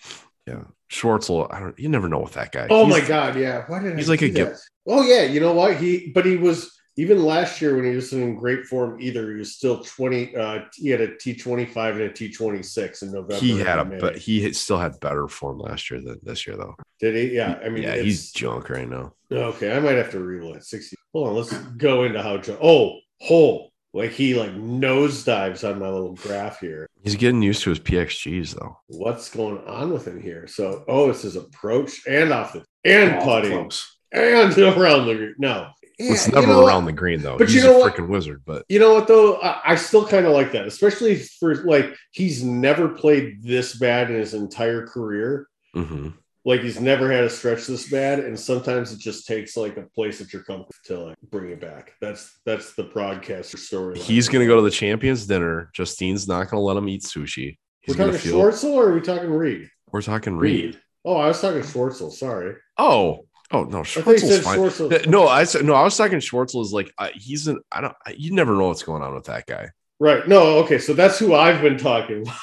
Yeah. Schwartzel, I don't you never know with that guy. Oh He's- my god, yeah. Why did he's I like a do that? Oh yeah, you know what? He but he was even last year when he was in great form either, he was still 20 uh he had a T25 and a T26 in November. He had a and May. but he had- still had better form last year than this year though. Did he? Yeah, I mean yeah, it's- he's junk right now. okay. I might have to reload 60. Hold on, let's go into how Joe Oh, hole. Like he like nosedives on my little graph here. He's getting used to his PXGs though. What's going on with him here? So, oh, it's his approach and off the and Golf putting clubs. and around the no. it's Yeah, never you know what? around the green though. But he's you know a what? freaking wizard, but You know what though? I, I still kind of like that, especially for like he's never played this bad in his entire career. mhm. Like he's never had a stretch this bad, and sometimes it just takes like a place at your comfort to like bring it back. That's that's the broadcaster story. he's gonna go to the champions dinner. Justine's not gonna let him eat We're sushi. He's talking gonna feel Schwartzel or are we talking Reed? we're talking Reed. Reed. Oh, I was talking Schwartzel. Sorry, Oh, oh no, I thought you Schwartzel's said fine. Schwartzel. No, I said no. I was talking Schwartzel is like I, he's an. I don't. I, you never know what's going on with that guy. Right? No. Okay, so that's who I've been talking about.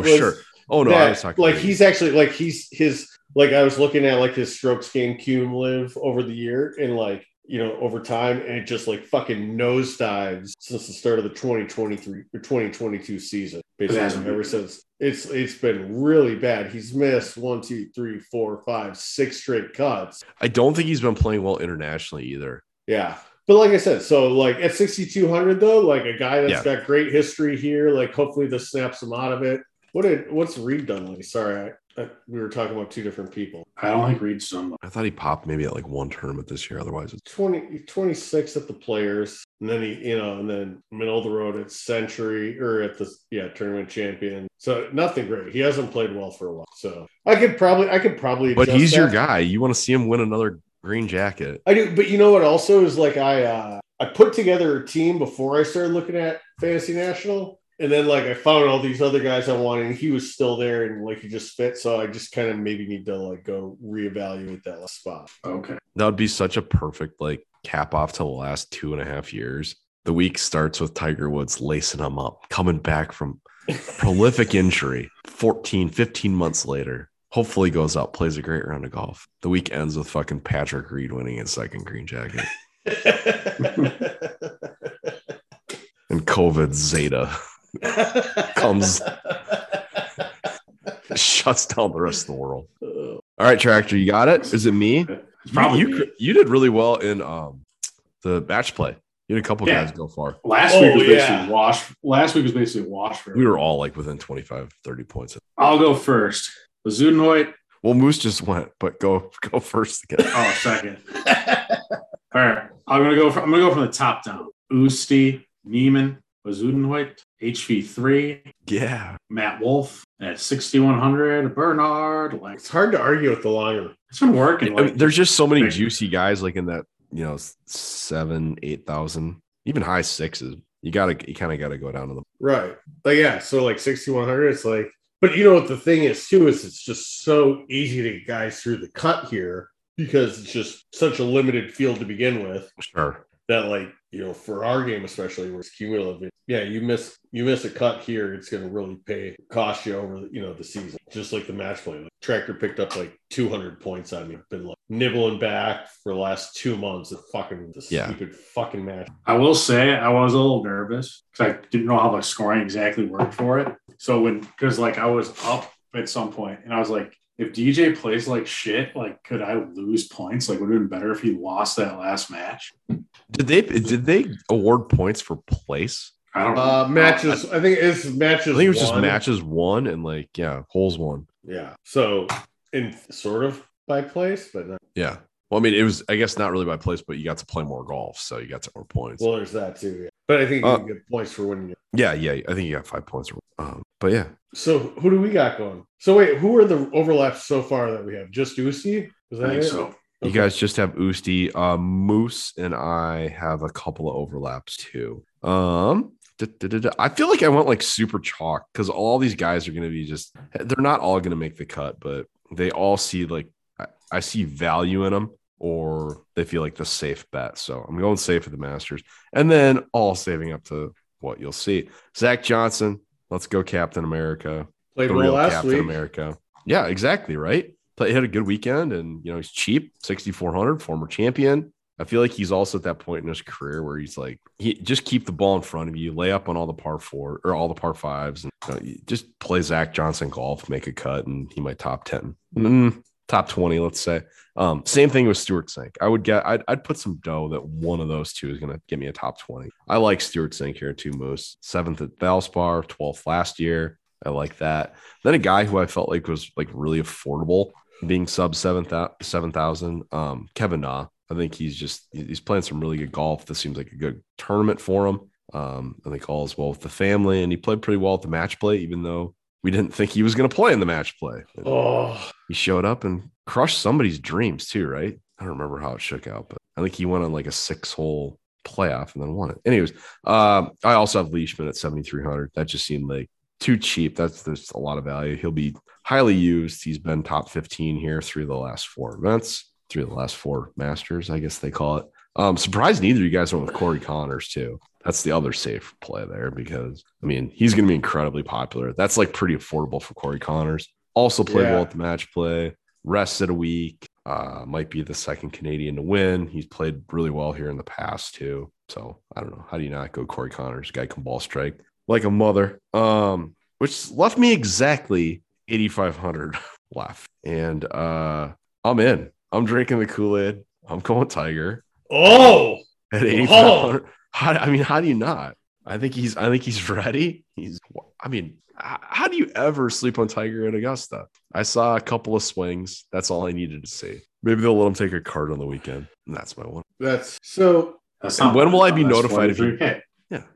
Was- sure. Oh no, that, I was talking like Reed. he's actually like he's his like I was looking at like his strokes gained cumulative over the year and like you know over time and it just like fucking nosedives since the start of the 2023 or 2022 season basically Bananas. ever since it's it's been really bad he's missed one two three four five six straight cuts I don't think he's been playing well internationally either. yeah but like I said, so like at 6,200 though, like a guy that's got great history here, like hopefully this snaps him out of it. What did what's Reed done? Like, sorry, I, I, we were talking about two different people. I don't think Reed's done much. I thought he popped maybe at like one tournament this year. Otherwise, it's 20, 26 at the players, and then he, you know, and then middle of the road at Century or at the yeah tournament champion. So nothing great. He hasn't played well for a while. So I could probably, I could probably. but adjust he's your that. guy. You want to see him win another green jacket. I do, but you know what? Also, is like I uh, I put together a team before I started looking at Fantasy National, and then like I found all these other guys I wanted, and he was still there, and like he just fit. So I just kind of maybe need to like go reevaluate that last spot. Okay. That would be such a perfect like cap off to the last two and a half years. The week starts with Tiger Woods lacing him up, coming back from prolific injury 14, 15 months later. Hopefully goes out, plays a great round of golf. The week ends with fucking Patrick Reed winning his second green jacket and COVID Zeta comes shuts down the rest of the world. All right, Tractor, you got it? Is it me? It's probably you, me. you, you did really well in um the match play. You had a couple Yeah. guys go far. Last Oh, week was basically yeah. wash. Last week was basically wash for. We were all like within 25, 30 points. I'll go first. The Zudenoid. Well, Moose just went, but go go first again. Oh, second. All right. I'm gonna go. From, I'm gonna go from the top down. Usti, Neiman, Zudenoid, HV3, Yeah. Matt Wolf at 6100. Bernard. Like it's hard to argue with the longer. it's been working. I Like, mean, there's just so many Thank you. juicy guys like in that, you know, seven, eight thousand, even high sixes. You gotta you kind of gotta go down to the Right. But yeah, so like 6100, it's like, but you know what the thing is too, is it's just so easy to get guys through the cut here because it's just such a limited field to begin with sure. that like you know, for our game especially, where it's cumulative. Yeah, you miss you miss a cut here, it's going to really pay cost you over you know the season. Just like the match play, like, Tractor picked up like 200 points on me. Been like nibbling back for the last two months of fucking the Yeah. stupid fucking match. I will say I was a little nervous because I didn't know how the scoring exactly worked for it. So when because like I was up at some point and I was like, if DJ plays like shit, like could I lose points? Like would it have been better if he lost that last match? Did they did they award points for place? I don't Uh, matches. I think it's matches. I think it was just won. matches one and like yeah, holes one. Yeah. So in sort of by place, but not, Yeah. Well, I mean, it was I guess not really by place, but you got to play more golf, so you got to more points. well, there's that too. Yeah. But I think you Uh, can get points for winning. yeah, yeah. I think you got five points. Um, but yeah, So who do we got going? So wait, who are the overlaps so far that we have? Just Usi? Is I that think it? so. you Okay. guys just have Usti, uh, Moose, and I have a couple of overlaps too. Um, da- da- da- da. I feel like I went like super chalk because all these guys are going to be just. They're not all going to make the cut, but they all see like I, I see value in them, or they feel like the safe bet. So I'm going safe for the Masters, and then all saving up to what you'll see. Zach Johnson, let's go Captain America Played the well real last Captain week. America. Yeah, exactly. Right. Play, he had a good weekend, and you know he's cheap, sixty four hundred, former champion. I feel like he's also at that point in his career where he's like, he just keep the ball in front of you, lay up on all the par four or all the par fives, and you know, you just play Zach Johnson golf, make a cut, and he might top ten, Mm, top twenty, let's say. Um, same thing with Stuart Sink. I would get, I'd, I'd put some dough that one of those two is going to get me a top twenty. I like Stuart Sink here too, Moose. Seventh at Valspar, twelfth last year. I like that. Then a guy who I felt like was like really affordable, being sub seven seven thousand. Um, Kevin Na. I think he's just he's playing some really good golf. This seems like a good tournament for him. Um, I think all is well with the family, and he played pretty well at the match play, even though we didn't think he was going to play in the match play. And Oh, He showed up and crushed somebody's dreams too, right? I don't remember how it shook out, but I think he went on like a six hole playoff and then won it. Anyways, um, I also have Leishman at seventy three hundred. That just seemed like too cheap. That's there's a lot of value. He'll be highly used. He's been top 15 here through the last four events, through the last four masters, I guess they call it. Um, surprised neither of you guys went with Corey Connors, too. That's the other safe play there because I mean he's gonna be incredibly popular. That's like pretty affordable for Corey Connors. Also played Yeah. well at the match play, rested a week, uh, might be the second Canadian to win. He's played really well here in the past, too. So I don't know. How do you not go Corey Connors? Guy can ball strike like a mother. Um, which left me exactly 8,500 left. And uh, I'm in. I'm drinking the Kool Aid. I'm going Tiger oh, at 8,500. How- I mean, how do you not? I think he's. I think he's ready. He's. I mean, h- how do you ever sleep on Tiger at Augusta? I saw a couple of swings. That's all I needed to see. Maybe they'll let him take a card on the weekend. And that's my one. that's so. That's And when will I be that's notified if you- 23K.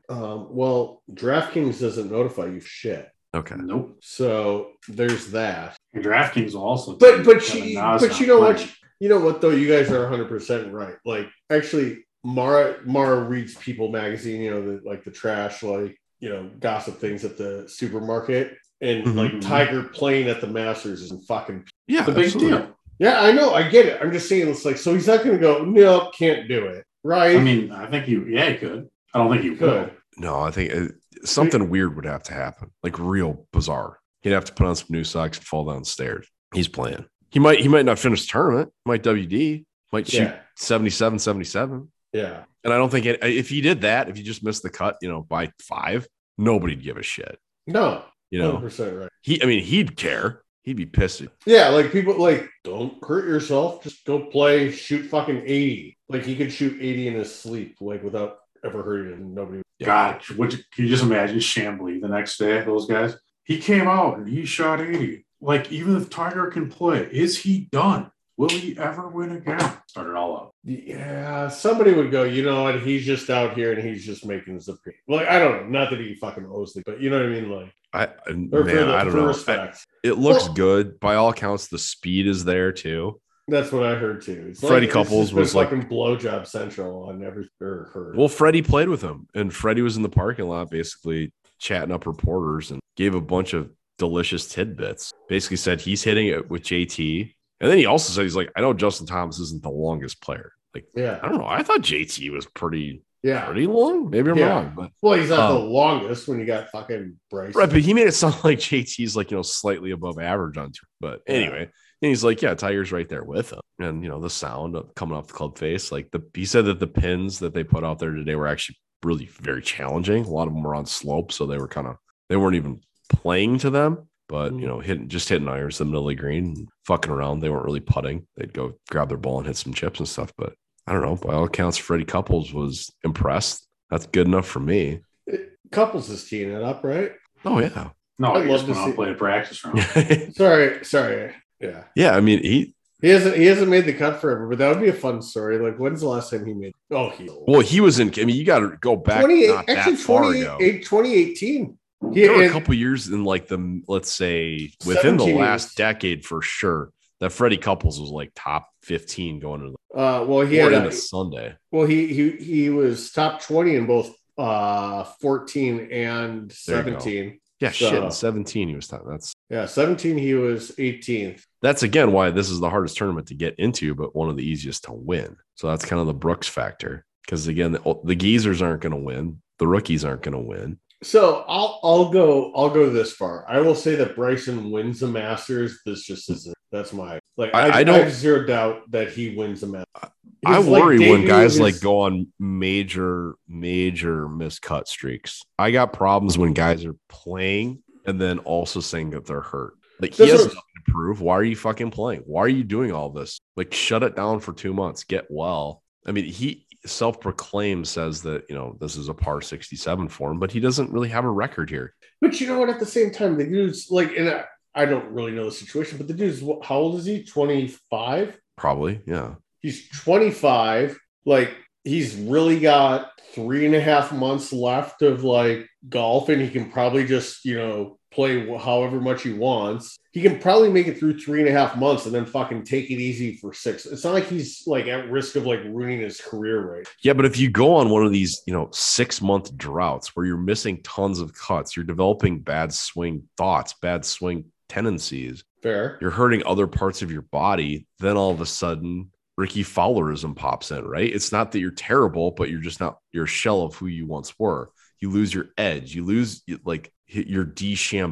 Um, well, DraftKings doesn't notify you shit. Okay. Nope. So there's that. And DraftKings will also. But but Kevin you Na's but not you know playing. what you know what though you guys are 100 percent right. Like actually, Mara Mara reads People magazine. You know the like the trash like you know gossip things at the supermarket and Mhm. like Tiger playing at the Masters is fucking. Yeah. The big absolutely. deal. Yeah, I know, I get it. I'm just saying it's like so he's not going to go. No, can't do it. Right? I mean, I think you. Yeah, you could. I don't think you Good. could. No, I think uh something weird would have to happen, like real bizarre. He'd have to put on some new socks and fall downstairs. He's playing. He might. He might not finish the tournament. Might WD. Might shoot Yeah. 77, 77. Yeah. And I don't think it, uh, if he did that, if he just missed the cut, you know, by five, nobody'd give a shit. No. You know, 100% right. he. I mean, he'd care. He'd be pissed. Yeah, like people like don't hurt yourself. Just go play, shoot fucking eighty. Like he could shoot eighty in his sleep, like without ever hurting him. Nobody. Yeah. God, would you, can you just imagine Shambly the next day? Those guys. He came out and he shot 80. Like, even if Tiger can play, is he done? Will he ever win again? Start it all up. Yeah, somebody would go. You know what? He's just out here and he's just making his opinion. Like I don't know. Not that he fucking owes the, but you know what I mean. Like I I- or for man, the- I don't for know. I- Respect. it looks Well- good by all accounts. The speed is there too. That's what I heard too. It's Freddie it's Couples just been was like- fucking blowjob central on every or her. Well, Freddie played with him, and Freddie was in the parking lot basically chatting up reporters and gave a bunch of delicious tidbits. Basically said he's hitting it with JT. And then he also said he's like, I know Justin Thomas isn't the longest player. Like, yeah. I don't know. I thought JT was pretty Yeah. pretty long. Maybe I'm Yeah. wrong, but Well, he's not Oh. the longest when you got fucking Bryce. right. But he made it sound like JT's like you know slightly above average on tour. But anyway, and he's like, yeah, Tiger's right there with him, and you know the sound of coming off the club face. Like the he said that the pins that they put out there today were actually really very challenging. A lot of them were on slope, so they were kind of they weren't even playing to them. But you know, hitting just hitting irons in the middle of the green, fucking around. They weren't really putting. They'd go grab their ball and hit some chips and stuff. But I don't know. By all accounts, Freddie Couples was impressed. That's good enough for me. Couples is teeing it up, right? Oh yeah, No, I'd love I just to went out and see- played a practice round. Sorry, sorry. Yeah. yeah. I mean, he He hasn't he hasn't made the cut forever, but that would be a fun story. Like when's the last time he made oh he Well, he was in. I mean, you got to go back. 28 not that actually far 28 ago. 2018. He, There were a and- couple years in like the let's say within the 17 last years. decade for sure that Freddie Couples was like top fifteen going into uh well he the or had a, into Sunday. well he he he was top 20 in both uh 14 and There you go. 17. Yeah, shit. So- In seventeen, he was top. That's Yeah, 17 he was 18th. that's again why this is the hardest tournament to get into, but one of the easiest to win. So that's kind of the Brooks factor because again, the, the geezers aren't going to win. The rookies aren't going to win. So I'll I'll go I'll go this far. I will say that Bryson wins the Masters. This just isn't that's my like I- I, I don't- have zero doubt that he wins the Masters. I His, like, worry when debut guys is- like go on major, major miscut streaks. I got problems when guys are playing and then also saying that they're hurt. Like he That's has what- nothing to prove. Why are you fucking playing? Why are you doing all this? Like shut it down for two months. Get well. I mean, he self-proclaimed says that you know this is a par 67 for him, but he doesn't really have a record here. But you know what? At the same time, the dude's like, and I, I don't really know the situation, but the dude's wh- how old is he? 25? Probably, yeah. He's 25. Like, he's really got three and a half months left of like golf, and he can probably just, you know, play wh- however much he wants. He can probably make it through three and a half months and then fucking take it easy for six. It's not like he's like at risk of like ruining his career, right? Yeah, but if you go on one of these, you know, six month droughts where you're missing tons of cuts, you're developing bad swing thoughts, bad swing tendencies, Fair. you're hurting other parts of your body, then all of a sudden Ricky Fowlerism pops in, right? It's not that you're terrible, but you're just not your shell of who you once were. You lose your edge, you lose you- like hit your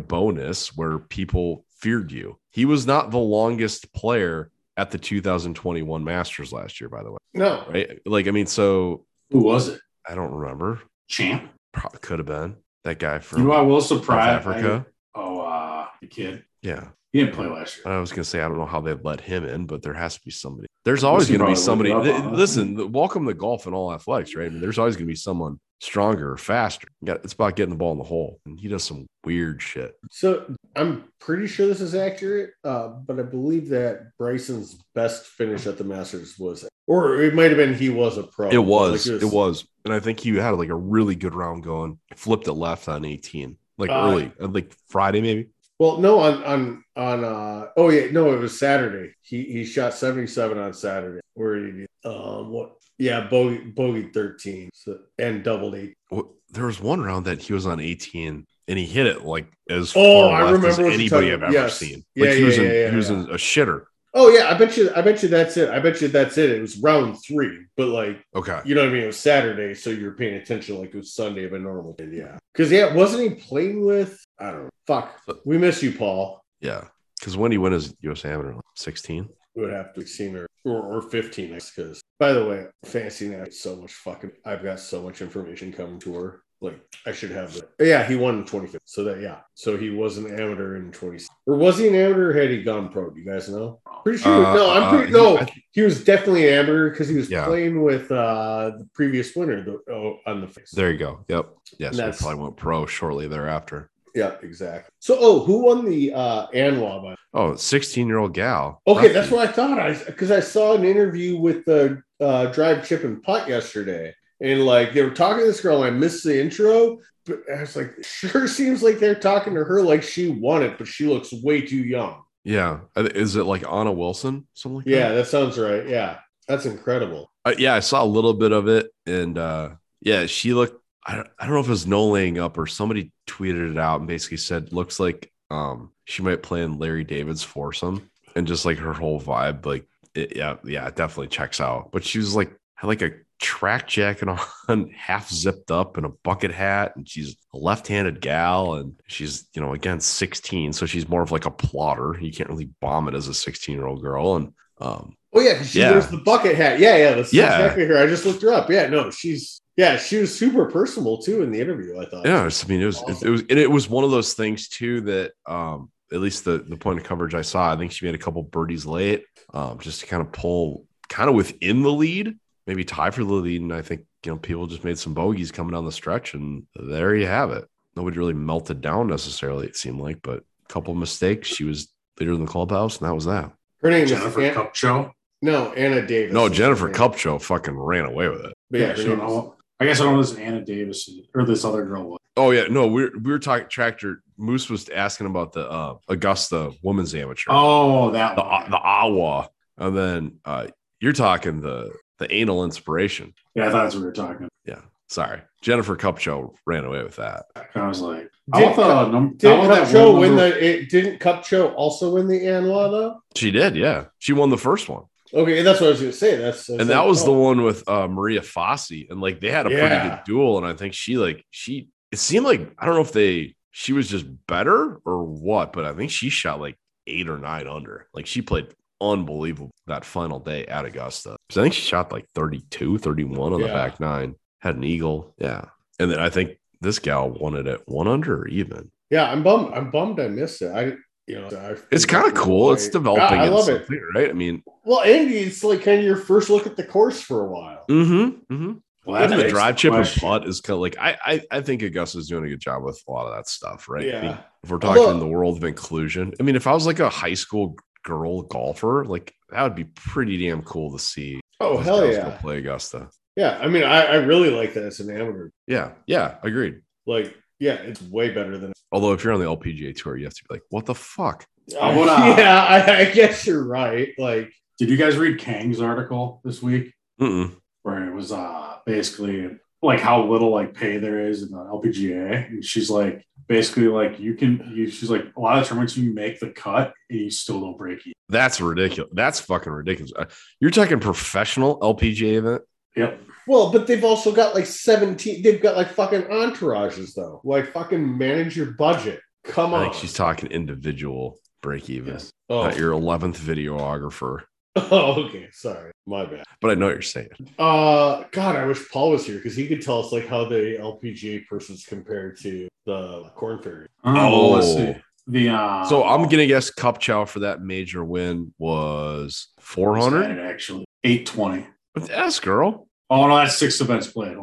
DeChambeaunus where people feared you. He was not the longest player at the 2021 Masters last year, by the way, No. right? Like, I mean, so Who was it? I don't remember. Champ. Probably could have been that guy You from know, I will South surprise. Africa. I- oh, uh, the kid. yeah. He didn't play last year. I was going to say, I don't know how they let him in, but there has to be somebody. There's always should going to be probably somebody. look it up, th- huh? listen, the- welcome to golf and all athletics, right? I mean, there's always going to be someone stronger or faster. You got- It's about getting the ball in the hole. And he does some weird shit. So I'm pretty sure this is accurate, uh, but I believe that Bryson's best finish at the Masters was, or it might have been he was a Oh, pro. It was, Like, it was. And I think he had like a really good round going, flipped it left on 18, like Uh, early, like Friday, maybe. Well, no, on on on. Uh, oh yeah, no, it was Saturday. He he shot 77 on Saturday. Where did he? Um, what? Yeah, bogey bogey 13 so, and doubled eight. Wh- There was one round that he was on 18 and he hit it like as Oh, far I left as remember what you're anybody talking I've about. ever Yes. seen. Yeah, like he was, yeah, in, yeah, yeah, he was yeah. in a shitter. Oh yeah, I bet you. I bet you that's it. I bet you that's it. It was round three, but like Okay. you know what I mean? It was Saturday, so you're paying attention like it was Sunday of a normal day. Yeah. Because, yeah, wasn't he playing with? I don't know. Fuck. We miss you, Paul. Yeah. Because when he went his US Amateur, like 16. We would have to have seen her or, or 15 because by the way, fancy now is so much fucking I've got so much information coming to her. Like I should have it. Yeah, he won in 25th. So that yeah. So he was an amateur in 20 or was he an amateur or had he gone pro? Do you guys know? Pretty sure. no, Uh, I'm pretty uh, no. I- He was definitely an amateur because he was Yeah. playing with uh the previous winner the, oh, on the face. There you go. Yep. Yeah. So he That's- probably went pro shortly thereafter. Yeah, exactly. So, oh, who won the uh, ANWA? By? Oh, 16 year old gal. Okay, Lefty. that's what I thought. I because I saw an interview with the uh, drive, chip, and putt yesterday, and like they were talking to this girl. And I missed the intro, but I was like, sure seems like they're talking to her like she won it, but she looks way too young. Yeah. I thi- Is it like Anna Wilson? Something like Yeah, that? that sounds right. Yeah, that's incredible. Uh, yeah. I saw a little bit of it. And uh, yeah, she looked, I don't, I don't know if it was no laying up or somebody tweeted it out and basically said, looks like um, she might play in Larry David's foursome and just like her whole vibe. Like, it, yeah. Yeah. It definitely checks out. But she was like had like a track jacket on, half zipped up, and a bucket hat. And she's a left handed gal. And she's, you know, again, 16. So she's more of like a plotter. You can't really bomb it as a 16 year old girl. And, um, Oh yeah, 'cause she Yeah. wears the bucket hat. Yeah, yeah, that's Yeah. exactly her. I just looked her up. Yeah, no, she's yeah, she was super personable too in the interview. I thought. yeah, it's- I mean, it was, it, it was, and it was one of those things too that, um, at least the the point of coverage I saw, I think she made a couple birdies late, um, just to kind of pull kind of within the lead, maybe tie for the lead. And I think you know people just made some bogeys coming down the stretch, and there you have it. Nobody really melted down necessarily. It seemed like, but a couple of mistakes. She was leader in the clubhouse, and that was that. Her name Jennifer is An- Cup Show. no Anna Davis. No, is her Jennifer name. Cupcho fucking ran away with it. But yeah, her she name don't is- know. I guess I don't know this Anna Davis or this other girl was. Oh yeah, no, we were, we were talking tractor. Moose was asking about the uh, Augusta women's amateur. Oh, that the one. the awa, and then uh, you're talking the the anal inspiration. yeah, I thought that's what we were talking. Yeah, sorry, Jennifer Cupcho ran away with that. about. I was like, I Did, want Cup, the num- I did want Cup that Show one win number- the? It, didn't Cup Show also win the Anwa though? She did, yeah. She won the first one, Okay, that's what I was going to say. That's, and that was the one with uh, Maria Fossey, and like they had a pretty oh. Yeah. good duel, and I think she like she it seemed like I don't know if they she was just better or what, but I think she shot like eight or nine under. Like she played unbelievable that final day at Augusta. So I think she shot like 32, 31 on the Yeah. back nine, had an eagle. Yeah. And then I think this gal won it at one under or even. Yeah, I'm bummed. I'm bummed. I missed it. I you know I- It's kind of cool. It's I- developing. I, I into love it. something, Right. I mean, Well, and it's like kind of your first look at the course for a while. mm-hmm, mm-hmm. Well, that Even the begs drive chip and question. putt is kind of like I, I I think Augusta's doing a good job with a lot of that stuff, right? I Yeah. mean, if we're talking Although- in the world of inclusion, I mean, if I was like a high school girl golfer, like that would be pretty damn cool to see. Oh those hell girls go yeah. play Augusta. Yeah, I mean, I, I really like that as an amateur. Yeah, yeah, agreed. Like, yeah, it's way better than. Although if you're on the LPGA tour, you have to be like, what the fuck? I would, uh, yeah, I, I guess you're right. Like, Did you guys read Kang's article this week? Mm-mm. where it was uh basically like how little like pay there is in the LPGA. And she's like basically like you can you she's like a lot of tournaments you make the cut and you still don't break even. That's ridiculous. That's fucking ridiculous. Uh, You're talking professional LPGA event. Yep. well, but they've also got like 17. They've got like fucking entourages though. Like, fucking manage your budget. Come I on. think she's talking individual break even. Yes. oh. Not your 11th videographer. oh, okay. Sorry, my bad. But I know what you're saying. Uh, God, I wish Paul was here because he could tell us like how the LPGA person's compared to the Corn Fairy. Oh, let's see. The uh So I'm gonna guess Cup Chow for that major win was what was 400. that actually 820. With S girl, Oh no, that's six events played.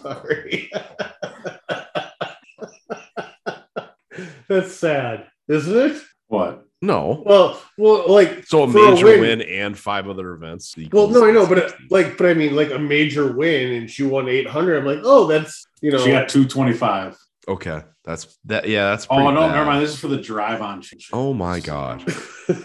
Sorry. That's sad, isn't it? What? no. Well, well, like So a for major win. and five other events. Well, equals no, I know, but uh, 16. like, but I mean, like a major win, and she won eight hundred. I'm like, oh, that's you know, She got 225. okay, that's that. Yeah, that's. Oh pretty no, bad. never mind. This is for the drive on. Oh my god, the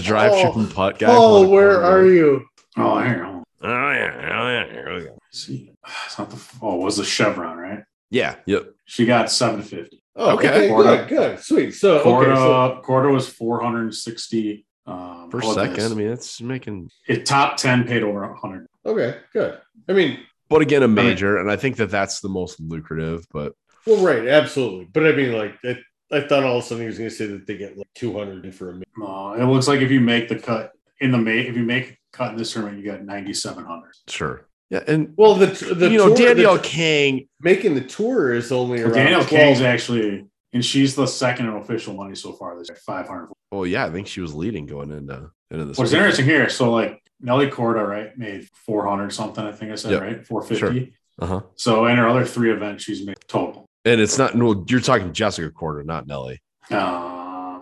drive Oh. chip and putt guy. Paul, where are you? Oh here. hold on. Oh yeah, oh yeah, here we go. Let's see. It's not the oh, it was the Chevron, right? yeah, yep. She got 750. Oh, Okay. okay, Florida. good, good, sweet. So, Corda, Oh, okay, so Corda was 460 um, For how about second, this? I mean, it's making. it top 10 paid over 100. okay, good. I mean, But again, a major, and I think that that's the most lucrative. But well, right, absolutely. But I mean, like, I, I thought all of a sudden he was going to say that they get like two hundred for a major. Uh, it looks like if you make the cut in the May, if you make a cut in this tournament, you got 9,700. sure, yeah, and Well, the the you know tour- the- Danielle Kang making the tour is only So around Danielle 12. Kang's actually, and she's the second in official money so far this year, 500. Well, yeah, I think she was leading going into into this. What's weekend. interesting here, so like Nelly Corda, right, made 400 something, I think I said, Yep. right? 450. Uh-huh. So in her other three events, she's made total. And it's not well, you're talking Jessica Corder, not Nelly. Um,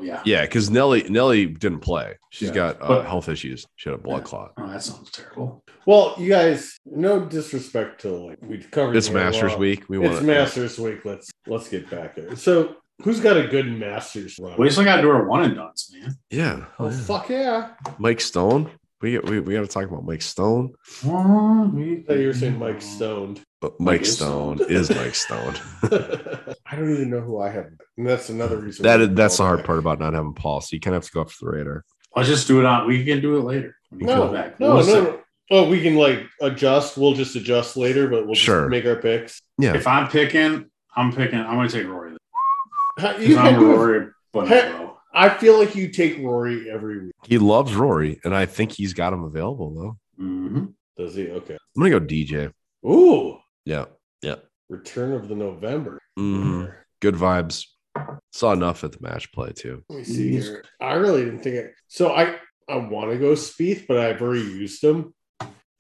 yeah. Yeah, because Nelly Nelly didn't play. She's Yeah. got uh, But- health issues. She had a blood Yeah. clot. Oh, that sounds terrible. Well, you guys, no disrespect to like we covered It's the Masters AOL. week. We want It's Masters week. Let's let's get back there. So, who's got a good Masters run? We still got to do our one and done's, man. Yeah. oh, fuck yeah! Mike Stone. We we we got to talk about Mike Stone. I thought you were saying Hmm. Mike Stoned. But Mike Mike, is Stone Stone. is Mike Stone. I don't even know who I have, and that's another reason. that why is, I'm that's the hard back. part about not having Paul. So you kind of have to go off the radar. Let's just do it on. We can do it later. When you No, come back. no, no, Listen, no, Oh, we can like adjust. We'll just adjust later, but we'll Sure. just make our picks. Yeah. If I'm picking, I'm picking. I'm going to take Rory. How- you 'Cause I'm have- a Rory, but Heck- bro. I feel like you take Rory every week. he loves Rory, and I think he's got him available though. Mhm. Does he? Okay. I'm gonna go DJ. Ooh, Yeah. Return of the November. Mhm. Good vibes. Saw enough at the match play too. Let me see here. I really didn't think it. So I I want to go Spieth, but I've already used him.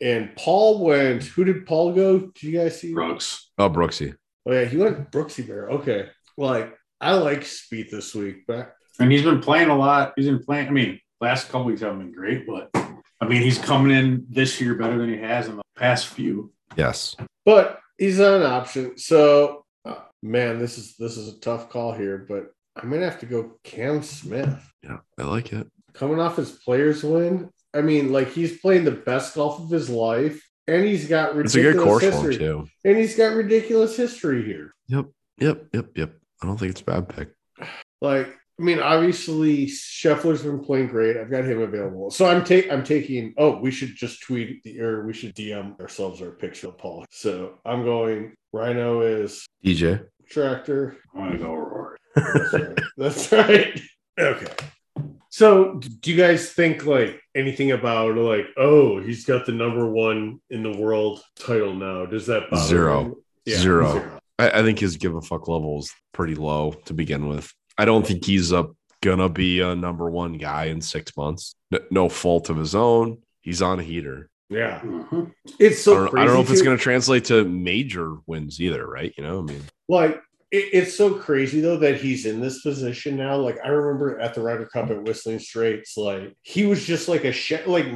And Paul went. Who did Paul go? Did you guys see? Brooks. Oh, Brooksy. Oh yeah, he went Brooksy Bear. Okay. Like I like Spieth this week, but And he's been playing a lot. He's been playing. I mean, last couple weeks haven't been great, but I mean, he's coming in this year better than he has in the past few. Yes. but he's not an option. So uh, man, this is this is a tough call here, but I'm gonna have to go Cam Smith. Yeah. I like it. coming off his players win. I mean, like he's playing the best golf of his life, and he's got It's a good ridiculous course for him history. too. And he's got ridiculous history here. Yep. Yep. Yep. I don't think it's a bad pick. Like, I mean, obviously Scheffler's been playing great. I've got him available, so I'm take I'm taking. Oh, we should just tweet the or we should DM ourselves our picture of Paul. So I'm going. Rhino is DJ. tractor. I'm going to go Rory. That's right. That's right. Okay. So, d- do you guys think like anything about like, oh, he's got the number one in the world title now? Does that bother Zero. you? Zero. I, I think his give a fuck level is pretty low to begin with. I don't think he's a gonna be a number one guy in six months. No, no fault of his own. He's on a heater. Yeah, Mhm. it's I so. don't, I don't know if crazy, it's too. gonna translate to major wins either, right? You know, I mean, like. It, it's so crazy though that he's in this position now. Like I remember at the Ryder Cup at Whistling Straits, like he was just like a sh- like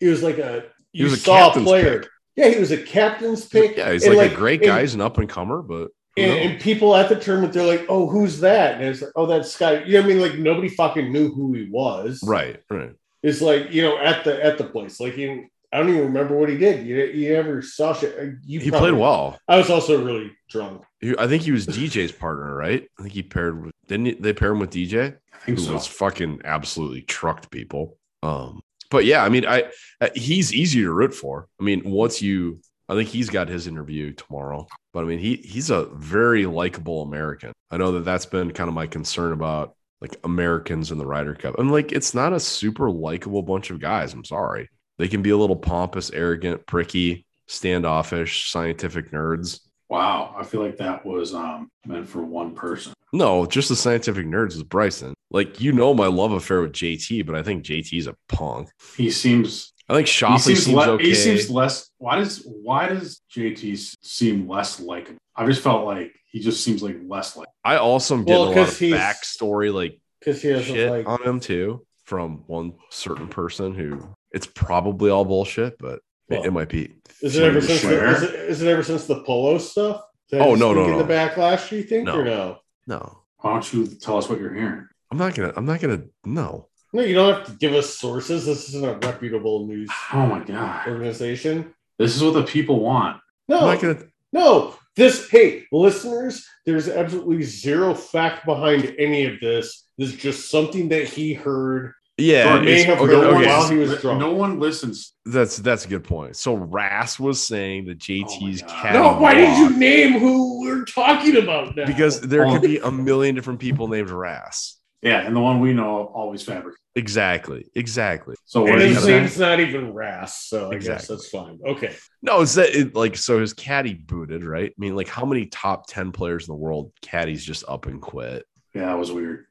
it was like a you was a saw a captain's player. pick. Yeah, he was a captain's pick. yeah, he's And, like, a great and- guy. He's an up and comer, but who And, knows? and people at the tournament, they're like, "Oh, who's that?" And it's like, "Oh, that's Scott." You know, what I mean, like nobody fucking knew who he was. right, right. It's like you know, at the at the place, like you, I don't even remember what he did. You you never saw shit. Uh, You He probably- played well. I was also really drunk. He- I think he was DJ's partner, right? I think he paired with didn't he- they pair him with DJ? I who think so. was fucking absolutely trucked people. Um, but yeah, I mean, I uh, he's easy to root for. I mean, once you, I think he's got his interview tomorrow. But I mean, he he's a very likable American. I know that that's been kind of my concern about like Americans in the Ryder Cup. I'm like, it's not a super likable bunch of guys. I'm sorry, they can be a little pompous, arrogant, pricky, standoffish, scientific nerds. Wow. I feel like that was um, meant for one person. No, just the scientific nerds is Bryson. Like, you know my love affair with JT, but I think JT's a punk. He seems I think he Shoffley seems, seems, le- okay. he seems less. Why does why does JT s- seem less likable? I just felt like he just seems like less like. I also am getting Well, a lot 'cause of he's- backstory like Because he doesn't shit like. on him too from one certain person who it's probably all bullshit, but it, it well, might be. is it ever Sure. since? The, is, it, is it ever since the polo stuff? That Oh, is no, no, speaking no. The backlash, you think No. or no? No, Why don't you tell us what you're hearing? I'm not gonna. I'm not gonna. No, No, you don't have to give us sources. This isn't a reputable news Oh my god! organization. This is what the people want. No, I'm not gonna. No, this, hey, listeners, there's absolutely zero fact behind any of this. This is just something that he heard. Yeah, Or may it's- have okay, heard no, okay, while one, he was drunk. no one listens. that's that's a good point. So Rass was saying that JT's God. cat. No, No, why did you name who we're talking about now? Because there Oh. could be a million different people named Rass. Yeah, and the one we know always fabric. Exactly. Exactly. So what and are you his saying? name's not even Rass, so I guess Exactly. that's fine. Okay. No, it's that it, like so his caddy booted, right? I mean, like how many top 10 players in the world caddies just up and quit? Yeah, that was weird.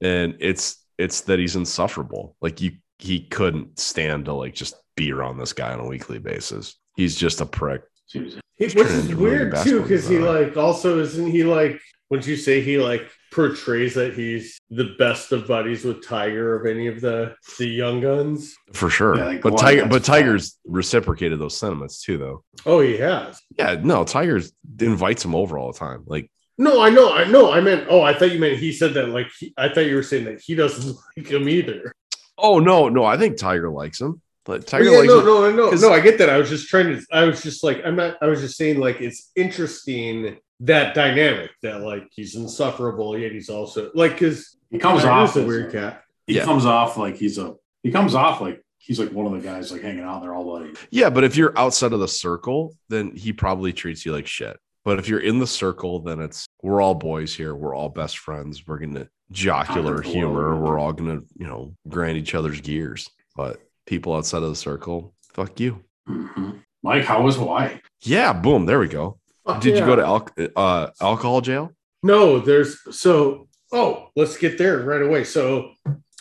And it's it's that he's insufferable. Like you he couldn't stand to like just be around this guy on a weekly basis. He's just a prick. Seems He, He's which turning is into a really weird good too, basketball because he player. like also isn't he like once you say he like portrays that he's the best of buddies with Tiger of any of the the young guns? For sure. Yeah, like, but why- Tiger that's but fine. Tiger's reciprocated those sentiments too though. Oh, he has. Yeah, no, Tiger's invites him over all the time. Like No, I know, I know. I meant. Oh, I thought you meant he said that. Like, he, I thought you were saying that he doesn't like him either. oh no, no, I think Tiger likes him. But Tiger Oh, Yeah, likes no, him. no, no, 'Cause- no. I get that. I was just trying to. I was just like, I'm not. I was just saying, like, it's interesting that dynamic that like he's insufferable, yet he's also like, because he comes off a as weird a- cat. He Yeah. comes off like he's a. He comes off like he's like one of the guys like hanging out there all like Yeah, but if you're outside of the circle, then he probably treats you like shit. But if you're in the circle, then it's we're all boys here. We're all best friends. We're gonna jocular Cool. humor. We're all gonna, you know, grind each other's gears. But people outside of the circle, fuck you. Mhm. Mike, how was Hawaii? Yeah, boom. There we go. Fuck Did you yeah. go to al- uh, alcohol jail? No, there's so oh, let's get there right away. So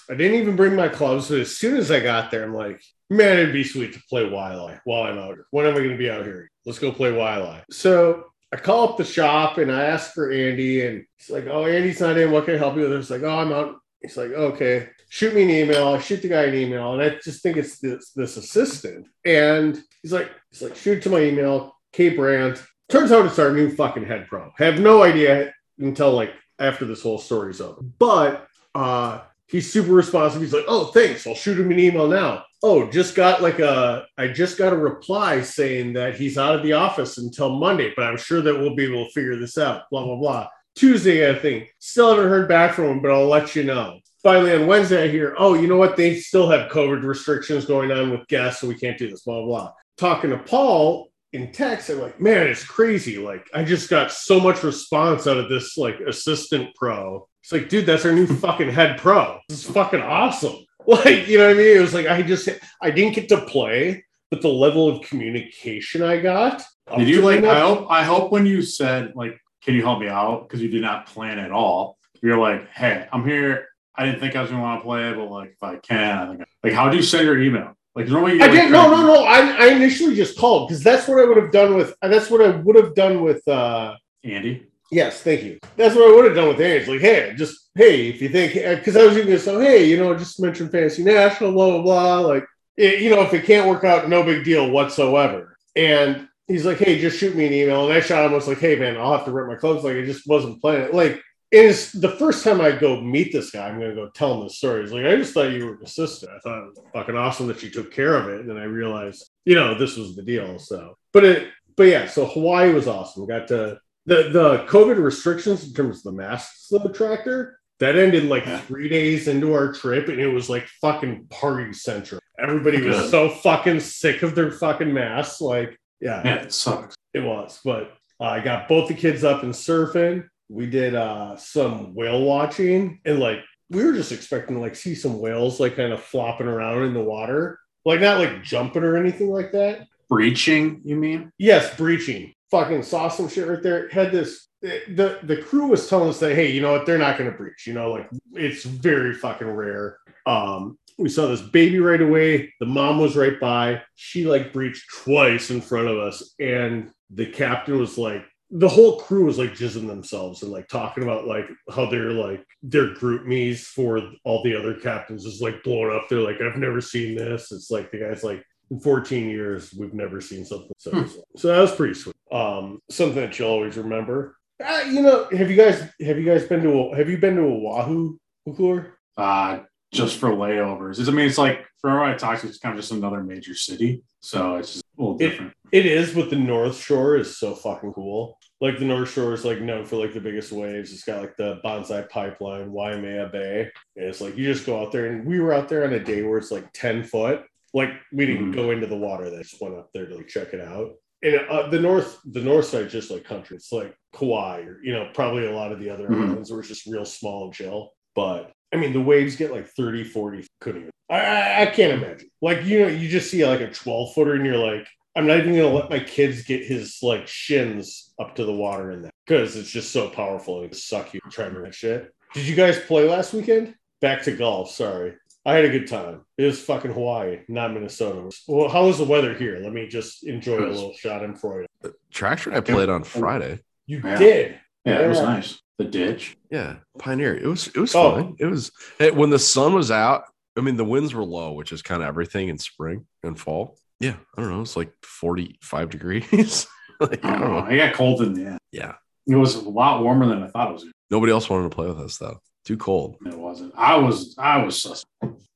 I didn't even bring my clubs, but as soon as I got there, I'm like, man, it'd be sweet to play wildlife while I'm out here. When am I gonna be out here? Let's go play wildlife. So I call up the shop and I ask for Andy, and it's like, oh, Andy's not in. What can I help you with? It's like, oh, I'm out. He's like, okay, shoot me an email. I shoot the guy an email, and I just think it's this, this assistant. And he's like, he's like, shoot it to my email, K Brandt. Turns out it's our new fucking head pro. Have no idea until like after this whole story's over. But uh he's super responsive. He's like, "Oh, thanks. I'll shoot him an email now." Oh, just got like a I just got a reply saying that he's out of the office until Monday, but I'm sure that we'll be able to figure this out. Blah blah blah. Tuesday, I think. Still haven't heard back from him, but I'll let you know. Finally, on Wednesday, I hear, oh, you know what? They still have COVID restrictions going on with guests, so we can't do this, blah, blah, blah. Talking to Paul, in text, I'm like, man, it's crazy. Like, I just got so much response out of this like assistant pro. It's like, dude, that's our new fucking head pro. This is fucking awesome. Like, you know what I mean? It was like I just I didn't get to play, but the level of communication I got. up Did to you like? my- I hope. I hope when you said like, "Can you help me out?" because you did not plan at all. You're like, "Hey, I'm here. I didn't think I was gonna want to play, but like, if I can, I think." I, like, how do you send your email? Like, normally you I like, didn't. No, try- no, no. I, I initially just called because that's what I would have done with. uh, That's what I would have done with. uh Andy. Yes, thank you. That's what I would have done with Andy. It's like, hey, just hey, if you think, because I was even gonna say, hey, you know, just mention Fantasy National, blah blah blah. Like, it, you know, if it can't work out, no big deal whatsoever. And he's like, hey, just shoot me an email. And I shot him. I was like, hey, man, I'll have to rip my clothes. Like, I just wasn't playing. Like, it is the first time I go meet this guy. I'm gonna go tell him the story. He's like, I just thought you were an assistant. I thought it was fucking awesome that you took care of it. And then I realized, you know, this was the deal. So, but it, but yeah. So Hawaii was awesome. Got to the the COVID restrictions in terms of the masks though, tractor that ended like Yeah. three days into our trip, and it was like fucking party central. Everybody was Good. so fucking sick of their fucking masks. Like, yeah, Yeah, it sucks. it was. But uh, I got both the kids up and surfing. We did uh some whale watching, and like we were just expecting to like see some whales like kind of flopping around in the water, like not like jumping or anything like that. Breaching, you mean? Yes, breaching. Fucking saw some shit right there. Had this the the crew was telling us that hey, you know what? They're not going to breach. You know, like it's very fucking rare. Um, we saw this baby right away. The mom was right by. She like breached twice in front of us, and the captain was like, the whole crew was like jizzing themselves and like talking about like how they're like their group me's for all the other captains is like blown up. They're like, I've never seen this. It's like the guy's like in 14 years, we've never seen something so. So that was pretty sweet. Um, something that you'll always remember. Uh, you know, have you guys have you guys been to have you been to Oahu, Ukulor? Uh just for layovers. It's, I mean, it's like for everyone I talked to, it's kind of just another major city, so it's just a little It- different. It is, but the North Shore is so fucking cool. Like the North Shore is like known for like the biggest waves. It's got like the Bonsai Pipeline, Waimea Bay. And it's like you just go out there, and we were out there on a day where it's like ten foot. Like we didn't Mhm. go into the water; they just went up there to like check it out. And uh, the north, the north side, is just like country. It's like Kauai, or you know, probably a lot of the other Mhm. islands where it's just real small and chill. But I mean, the waves get like 30, 40. Couldn't even. I, I, I can't imagine. Like you know, you just see like a twelve footer, and you're like. I'm not even gonna let my kids get his like shins up to the water in that because it's just so powerful and suck you tremor and shit. Did you guys play last weekend? Back to golf. Sorry, I had a good time. It was fucking Hawaii, not Minnesota. Well, how was the weather here? Let me just enjoy a little shot in Freud. Traction I played on Friday. You Yeah. did. Yeah, it was Yeah. nice. The ditch. Yeah, Pioneer. It was it was Oh. fun. It was hey, when the sun was out. I mean, the winds were low, which is kind of everything in spring and fall. Yeah, I don't know. It's like forty five degrees. like, I I don't know. I got cold in the end. Yeah, It was a lot warmer than I thought it was. gonna nobody else wanted to play with us though. Too cold. be. It wasn't. I was. I was. Sus-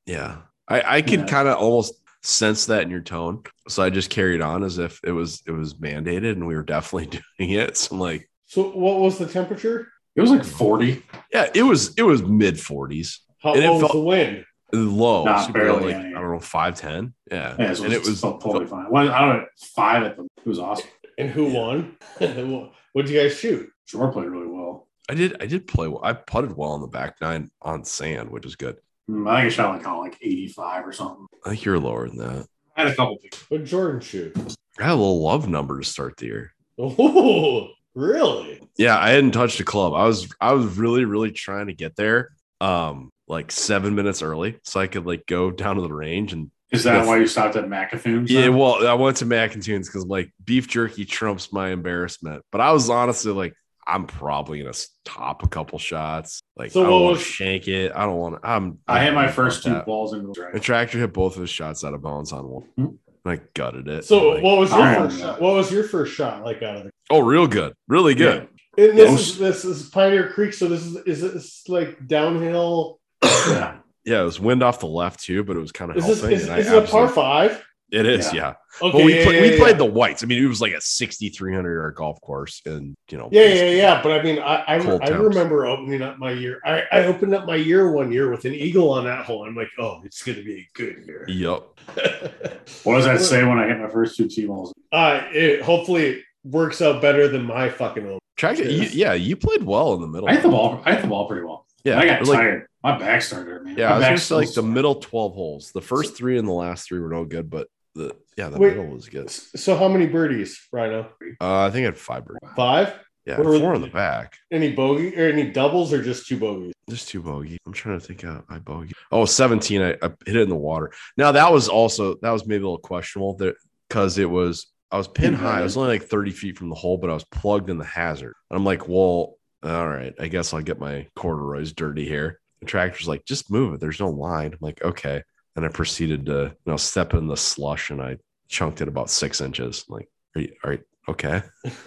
Yeah, I I could Yeah. kind of almost sense that in your tone. So I just carried on as if it was it was mandated, and we were definitely doing it. So I'm like, So, what was the temperature? it was like forty. yeah, it was it was mid forties. How It what was felt- the wind? low, Not super low, barely like, any. I don't know, five ten. Yeah. Yeah, so and it was totally fine. Well, I don't know, five at the. It was awesome. And who Yeah. won? what did you guys shoot? Shore played really well. I did I did play well. I putted well on the back nine on sand, which is good. Mm, I think I shot like kind of like eighty-five or something. I think you're lower than that. I had a couple. Picks. What did Jordan shoot? I had a little love number to start the year. Oh, really? Yeah, I hadn't touched a club. I was I was really really trying to get there, um, like seven minutes early, so I could like go down to the range and Is that Yes. why you stopped at McAfoon's? yeah. then? Well, I went to McIntunes because like beef jerky trumps my embarrassment, but I was honestly like, I'm probably gonna top a couple shots. Like, So I what don't want was- to shank it. I don't want to. I'm. I had my I'm first two about that. balls in. And tractor hit both of his shots out of bounds on one, Hmm. and I gutted it. Mm-hmm. So Like, what was your Alright. first shot? What was your first shot like out of the oh, real good, really good. and this Yeah. is this is Pioneer Creek, so this is is this like downhill Yeah. Yeah. it was wind off the left too, but it was kind of is this helping. is, and I is it a par absolutely- five? It is, Yeah. yeah. Okay, But we, yeah, play, yeah, we yeah. played the whites. I mean, it was like a 6,300 yard golf course, and you know, Yeah, yeah, yeah. But I mean, I I, Cold I temps. remember opening up my year. I, I opened up my year one year with an eagle on that hole. I'm like, oh, it's gonna be a good year. Yup. What does that say when I hit my first two tee balls? Uh, it hopefully it works out better than my fucking own. Tractor, you, yeah, you played well in the middle. I hit the ball. I hit the ball pretty well. Yeah, I got like, tired. My back started hurting. man. yeah, my I was back gonna say, like the still- middle 12 holes. The first three and the last three were no good, but the yeah, the Wait. middle was good. So how many birdies, Rhino? Uh, I think I had five birdies. Five? Yeah, Where were four on the- the back. Any bogey or any doubles or just two bogeys? Just two bogey. I'm trying to think of my bogey. Oh, 17. I, I hit it in the water. Now that was also that was maybe a little questionable there because it was I was pin high. I was only like 30 feet from the hole, but I was plugged in the hazard. And I'm like, well, all right, I guess I'll get my corduroys dirty here. The tractor's like, just move it. There's no line. I'm like, okay. And I proceeded to you know step in the slush and I chunked it about six inches. I'm like, are you, all right, okay.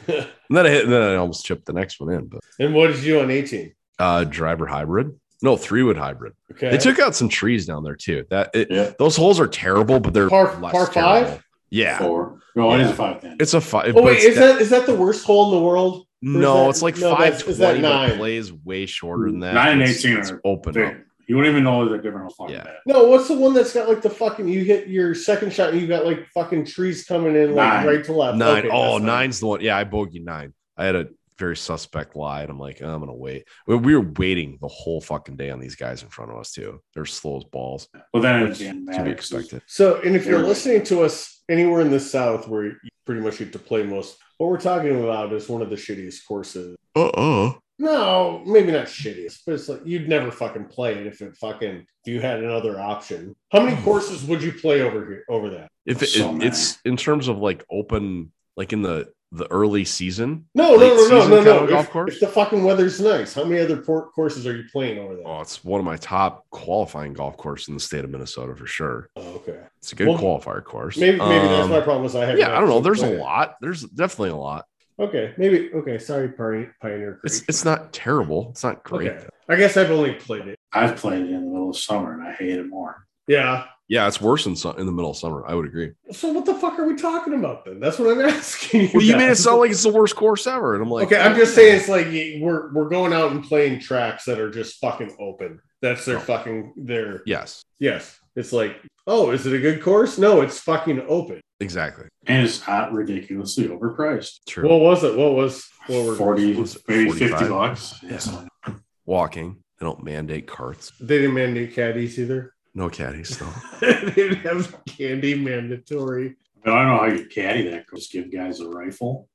And then I hit and then I almost chipped the next one in, but and what did you do on 18? uh driver hybrid. No, three wood hybrid. Okay. They took out some trees down there too. That it, Yeah. those holes are terrible, but they're Par- par five? terrible. Yeah, Four. No, it is Yeah. a five ten. it's a five. oh wait, is that is that the worst hole in the world? no? that- it's like no, five that's- is that twenty. But it nine? plays way shorter than that. Nine and It's- 18 It's are open up. You wouldn't even know they're different. on fucking Yeah. bad. No, what's the one that's got like the fucking you hit your second shot and you got like fucking trees coming in like Nine. right to left. Nine. Uh, Okay, oh, that's not- nine's the one. Yeah, I bogeyed nine. I had a very suspect lie, and I'm like, "Oh, I'm gonna wait. We, we were waiting the whole fucking day on these guys in front of us too. They're slow as balls, But then which it's to again, be Maddox is- expected. So, and if you're Everybody. listening to us anywhere in the South where you pretty much get to play most, what we're talking about is one of the shittiest courses. Uh oh. No, maybe not shittiest, but it's like you'd never fucking play it if it fucking if you had another option. How many Hmm. courses would you play over here over that? If it, So it- it's in terms of like open, like in the the early season, No, no, Late no, no, season no, kind no. of golf If, course? if the fucking weather's nice, how many other por- courses are you playing over there? Oh, it's one of my top qualifying golf courses in the state of Minnesota for sure. Oh, okay. It's a good Well, qualifier course. Maybe maybe that's Um, my problem. Is I have Yeah, I don't know. actually There's a played it. lot. There's definitely a lot. Okay, maybe. Okay, sorry, Pioneer Pioneer Creek. It's it's not terrible. It's not great. okay. I guess I've only played it. I've played it in the middle of summer and I hate it more. Yeah, Yeah, it's worse in su- in the middle of summer. I would agree. So what the fuck are we talking about then? That's what I'm asking. You Well, you guys. made it sound like it's the worst course ever, and I'm like, okay. I'm just saying it's like you- we're we're going out and playing tracks that are just fucking open. That's their No. fucking their yes, yes. It's like oh, is it a good course? No, it's fucking open. exactly. And it's not ridiculously overpriced. True. What was it? What was what were 40, was it maybe 50 45? bucks. Yeah. Walking. They don't mandate carts. they didn't mandate caddies either. No caddies. No. they didn't have candy mandatory. I don't know how you caddy that. Just give guys a rifle.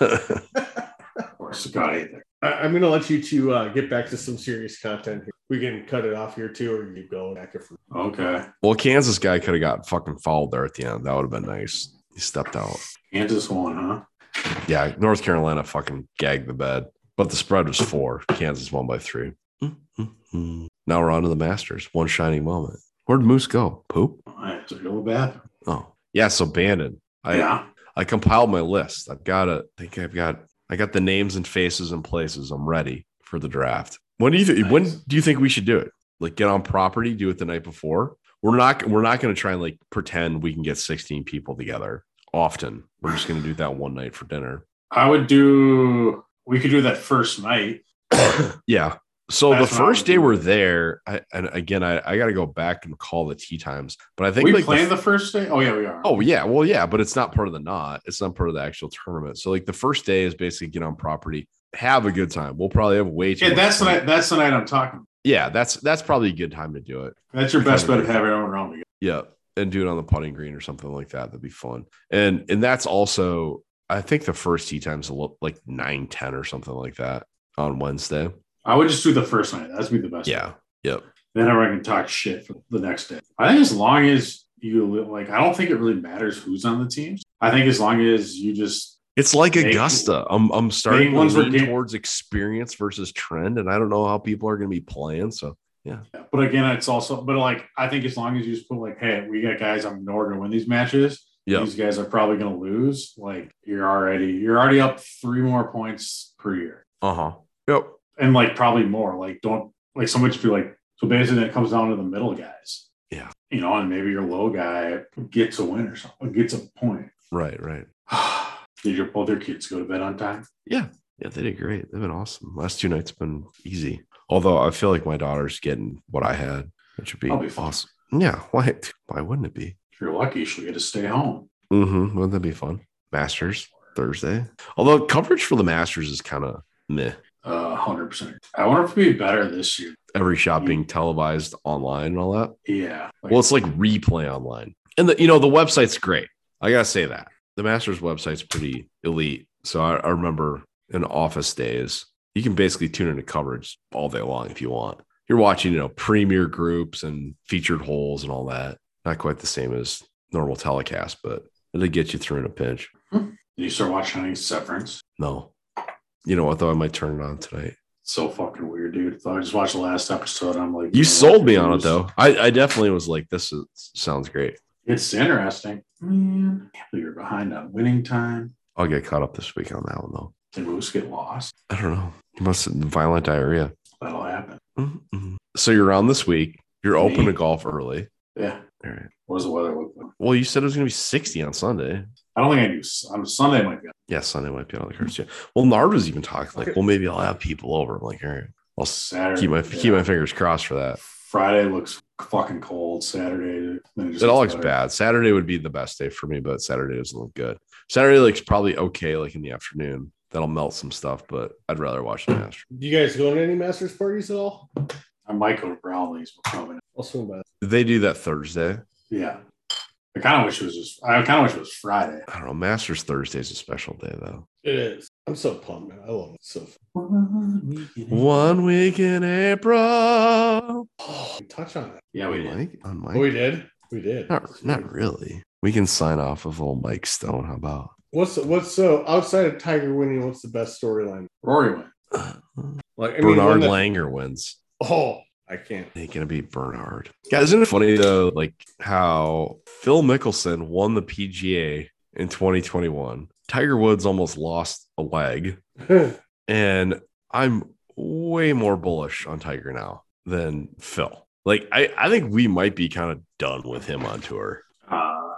Of course, God, I hate that. I, I'm gonna let you two uh, get back to some serious content here. We can cut it off here too, or you go back if Okay. well, Kansas guy could have got fucking fouled there at the end. That would have been nice. He stepped out. Kansas won, huh? Yeah, North Carolina fucking gagged the bed, but the spread was four. Kansas won by 3 Now we're on to the Masters. One shining moment. Where'd Moose go? Poop. I have to go to the bathroom. Oh, yeah. So Bandon. I yeah. I compiled my list. I've got a. I think I've got. I got the names and faces and places. I'm ready for the draft. When do you think? When Nice. do you think we should do it? Like get on property, do it the night before. We're not. We're not going to try and like pretend we can get 16 people together often. We're just going to do that one night for dinner. I would do, we could do that first night. yeah. So That's what the I first would day do. we're there, I, and again, I, I got to go back and call the tea times, but I think we like the playing the, first day. Oh yeah, we are. Oh yeah, well yeah, but it's not part of the knot. It's not part of the actual tournament. So like the first day is basically get on property, have a good time. We'll probably have way too. yeah, much that's the fun. night. That's the night I'm talking. yeah, that's that's probably a good time to do it. That's your We're best bet talking of having everyone around together. Yeah, and do it on the putting green or something like that. That'd be fun. And and that's also I think the first tee time's a little like nine ten or something like that on Wednesday. I would just do the first night. That's be the best. Yeah, yep. Then everyone can talk shit for the next day. I think as long as you li- like, I don't think it really matters who's on the teams. I think as long as you just It's like Make- Augusta. I'm I'm starting to ones were lean game- towards experience versus trend, and I don't know how people are going to be playing. So Yeah, But again, it's also, but like, I think as long as you just put like, hey, we got guys I'm nor gonna win these matches. Yeah. These guys are probably gonna lose. Like, you're already you're already up three more points per year, uh huh. Yep. and like probably more. Like, don't like so much. Be like, so basically, it comes down to the middle guys. Yeah. You know, and maybe your low guy gets a win or something, gets a point. Right. Right. Did your both your kids go to bed on time? Yeah, they did great. They've been awesome. Last two nights have been easy. Although I feel like my daughter's getting what I had, which would be, That'll be fun. awesome. Yeah, why? Why wouldn't it be? If you're lucky, she'll get to stay home. Mm-hmm. Wouldn't that be fun? Masters Thursday. Although coverage for the Masters is kind of meh. Uh, hundred percent. I wonder if it'd be better this year. Every shot being televised online and all that. Yeah. Like, Well, it's like replay online, and the you know the website's great. I gotta say that the Masters website's pretty elite. So I, I remember in office days, you can basically tune into coverage all day long if you want. You're watching, you know, premier groups and featured holes and all that. Not quite the same as normal telecast, but it'll get you through in a pinch. Did you start watching any Severance? No, you know what though? I might turn it on tonight. So fucking weird, dude. I just watched the last episode. I'm like, You know, sold me on it was- though. I, I definitely was like, this is, sounds great. It's interesting. Man, you're behind on winning time. I'll get caught up this week on that one though. The Moose get lost. I don't know. You must have violent diarrhea. That'll happen. Mm-mm. So you're on this week. You're open Me? to golf early. Yeah. All right. What does the weather look like? Well, you said it was going to be 60 on Sunday. I don't think I knew. On Sunday might be. Yeah, Sunday might be out of the cards too. Well, Nard was even talking like, well, maybe I'll have people over. I'm like, all right, I'll s- Saturday. keep my yeah. keep my fingers crossed for that. Friday looks fucking cold. Saturday. Then just It all looks gets better. bad. Saturday would be the best day for me, but Saturday doesn't look good. Saturday looks probably okay, like in the afternoon. That'll melt some stuff, but I'd rather watch the Masters. You guys going to any Masters parties at all? I might go to Brownlee's, but probably not. I'll swing by. They do that Thursday. Yeah. I kind of wish it was just, I kind of wish it was Friday. I don't know. Masters Thursday is a special day though. It is. I'm so pumped, man. I love it. So One week in April. fun. touch Oh, on it. Yeah, we did. Mike, on Mike. Oh, we did. We did. Not, not really. We can sign off of old Mike Stone. How about? What's what's so outside of Tiger winning? What's the best storyline? Rory went. Like I mean, one Bernard that- Langer wins. Oh, I can't. Ain't gonna be Bernard. Yeah, isn't it funny though? Like how Phil Mickelson won the PGA in 2021. Tiger Woods almost lost a leg, and I'm way more bullish on Tiger now than Phil. Like I, I think we might be kind of done with him on tour. Uh,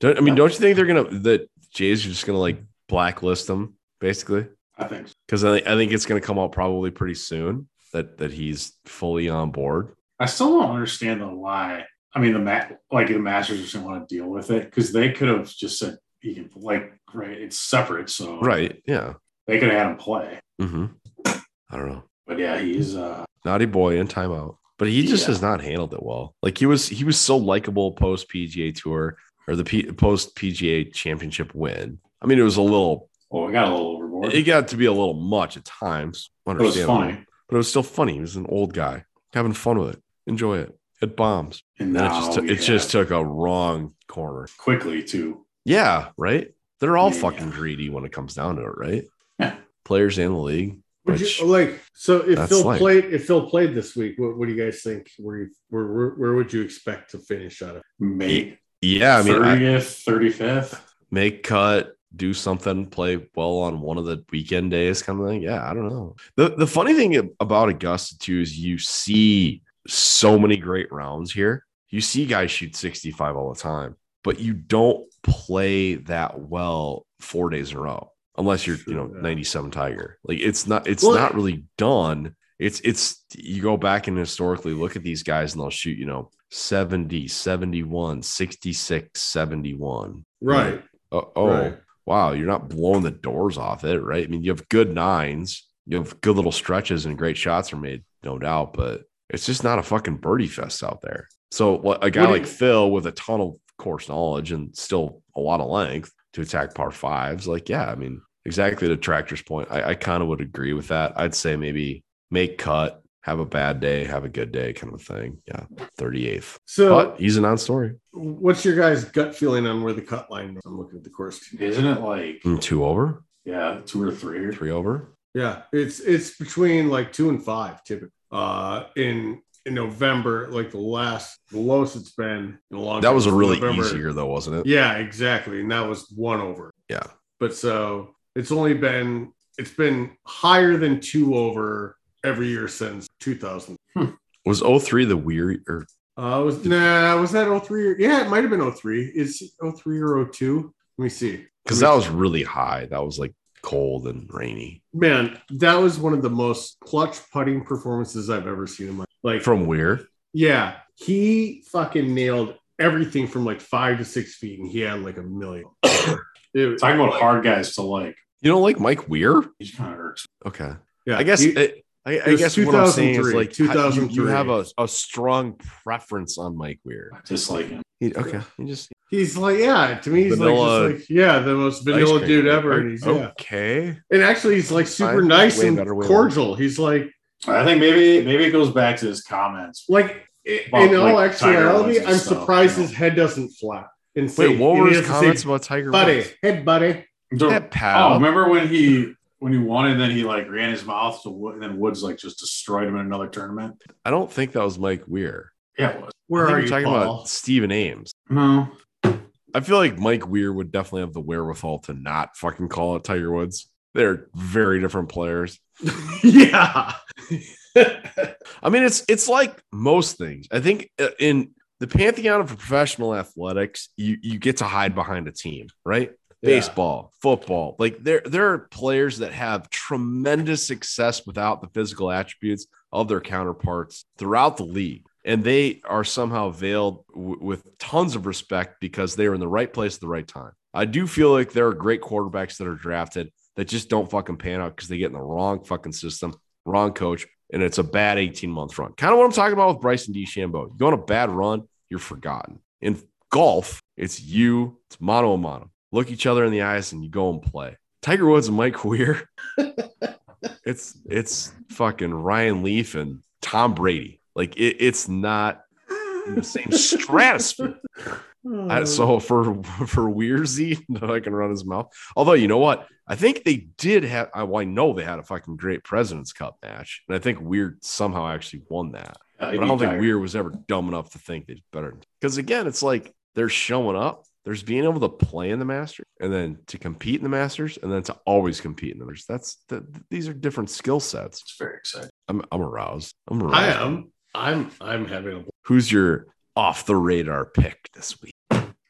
Don't, I mean, don't you think they're gonna that Jays are just gonna like blacklist him basically? I think so. Because I, thi- I think it's gonna come out probably pretty soon that that he's fully on board. I still don't understand the why. I mean, the ma- like the Masters just didn't want to deal with it because they could have just said, you can, like, right, it's separate. So Right? Yeah. they could have had him play. Mm-hmm. I don't know. But yeah, he's, uh, Naughty boy in timeout, but he just Yeah. has not handled it well. Like he was he was so likable post PGA Tour or the P- post PGA Championship win. I mean, it was a little. well, we oh, got a little overboard. It got to be a little much at times. it was Understandable. funny. but it was still funny. He was an old guy having fun with it. Enjoy it. It bombs. And And then now it just took, we it just have- took a wrong corner. quickly, too. Yeah, right. They're all Yeah. fucking greedy when it comes down to it, right? Yeah. Players in the league. Would Which- you like so if That's Phil like- played if Phil played this week? What, what do you guys think? Where, you, where where where would you expect to finish out of? Mate, Yeah, I mean, I- 30th, 35th. make cut, do something, play well on one of the weekend days, kind of thing. Yeah, I don't know. The the funny thing about Augusta too is you see so many great rounds here. You see guys shoot 65 all the time, but you don't play that well four days in a row unless you're you know Sure, yeah. 97 Tiger. Like it's not it's Well, not really done. it's it's you go back and historically look at these guys and they'll shoot you know 70 71 66 71 Right. oh, oh Right. wow you're not blowing the doors off it right i mean you have good nines you have good little stretches and great shots are made no doubt but it's just not a fucking birdie fest out there so what- a guy What do like you- phil with a ton of course knowledge and still a lot of length to attack par fives like yeah i mean exactly to tractor's point i, I kind of would agree with that i'd say maybe make cut have a bad day have a good day kind of thing yeah 38th So, but he's a non-story what's your guys' gut feeling on where the cut line? I'm looking at the course. Isn't it like Mm, two over yeah, two or three or three over Yeah, it's it's between like two and five typically. Uh, in in November, like the last the lowest it's been in a long. That time was a was really November. easy year, though, wasn't it? Yeah, exactly, and that was one over. Yeah. but so it's only been it's been higher than two over every year since 2000. Was 03 the weird or Uh, it was nah, was that 03 or yeah, it might have been 03. It's 03 or 02. Let me see. because that was really high. That was like cold and rainy man, that was one of the most clutch putting performances I've ever seen in my like from Weir. Yeah, he fucking nailed everything from like five to six feet, and he had like a million. It- talking about hard guys to like You don't like Mike Weir? he's kind of irks. Okay, yeah, I guess he- it, I, I was guess what I'm saying 2003, is like how- you, you 2003. have a, a strong preference on Mike Weir. I dislike him. He, okay, you just he's like, yeah, to me, he's Vanilla- like, just like, yeah, the most vanilla ice cream. dude ever. And he's, yeah. okay. and actually, he's like super Fine. nice Way and better way cordial. He's like, I think maybe maybe it goes back to his comments. like i- Well, in all like Tiger actuality, Woods and I'm stuff, surprised you know. his head doesn't flap. And say, Wait, what and were he his doesn't comments say, about Tiger buddy? Woods? Hey, buddy. That pal. Oh, remember when he when he won and then he like ran his mouth to Wood and then Woods like just destroyed him in another tournament? I don't think that was Mike Weir. Yeah, it was. Where I think are we're you, talking Paul? about Stephen Ames? No. I feel like Mike Weir would definitely have the wherewithal to not fucking call it Tiger Woods. They're very different players. yeah, I mean, it's it's like most things. I think uh, in the pantheon of professional athletics, you you get to hide behind a team, right? Baseball, football, like there there are players that have tremendous success without the physical attributes of their counterparts throughout the league, and they are somehow veiled w- with tons of respect because they are in the right place at the right time. I do feel like there are great quarterbacks that are drafted that just don't fucking pan out because they get in the wrong fucking system wrong coach, and it's a bad 18 month run. Kind of what I'm talking about with Bryson DeChambeau. You go on a bad run, you're forgotten. In golf, it's you, it's mono a mono. Look each other in the eyes and you go and play. Tiger Woods and Mike Weir. it's it's fucking Ryan Leaf and Tom Brady. Like it, it's not in the same stratosphere. I, so for for Weirzy, no, I can run his mouth. Although you know what, I think they did have. I, well, I know they had a fucking great Presidents Cup match, and I think Weir somehow actually won that. Yeah, he But I don't beat think Tiger. Weir was ever dumb enough to think they better. Because again, it's like they're showing up. There's being able to play in the Masters, and then to compete in the Masters, and then to always compete in the Masters. That's that. These are different skill sets. It's very exciting. I'm, I'm aroused. I'm aroused. I am. I'm. I'm having a Who's your off the radar pick this week?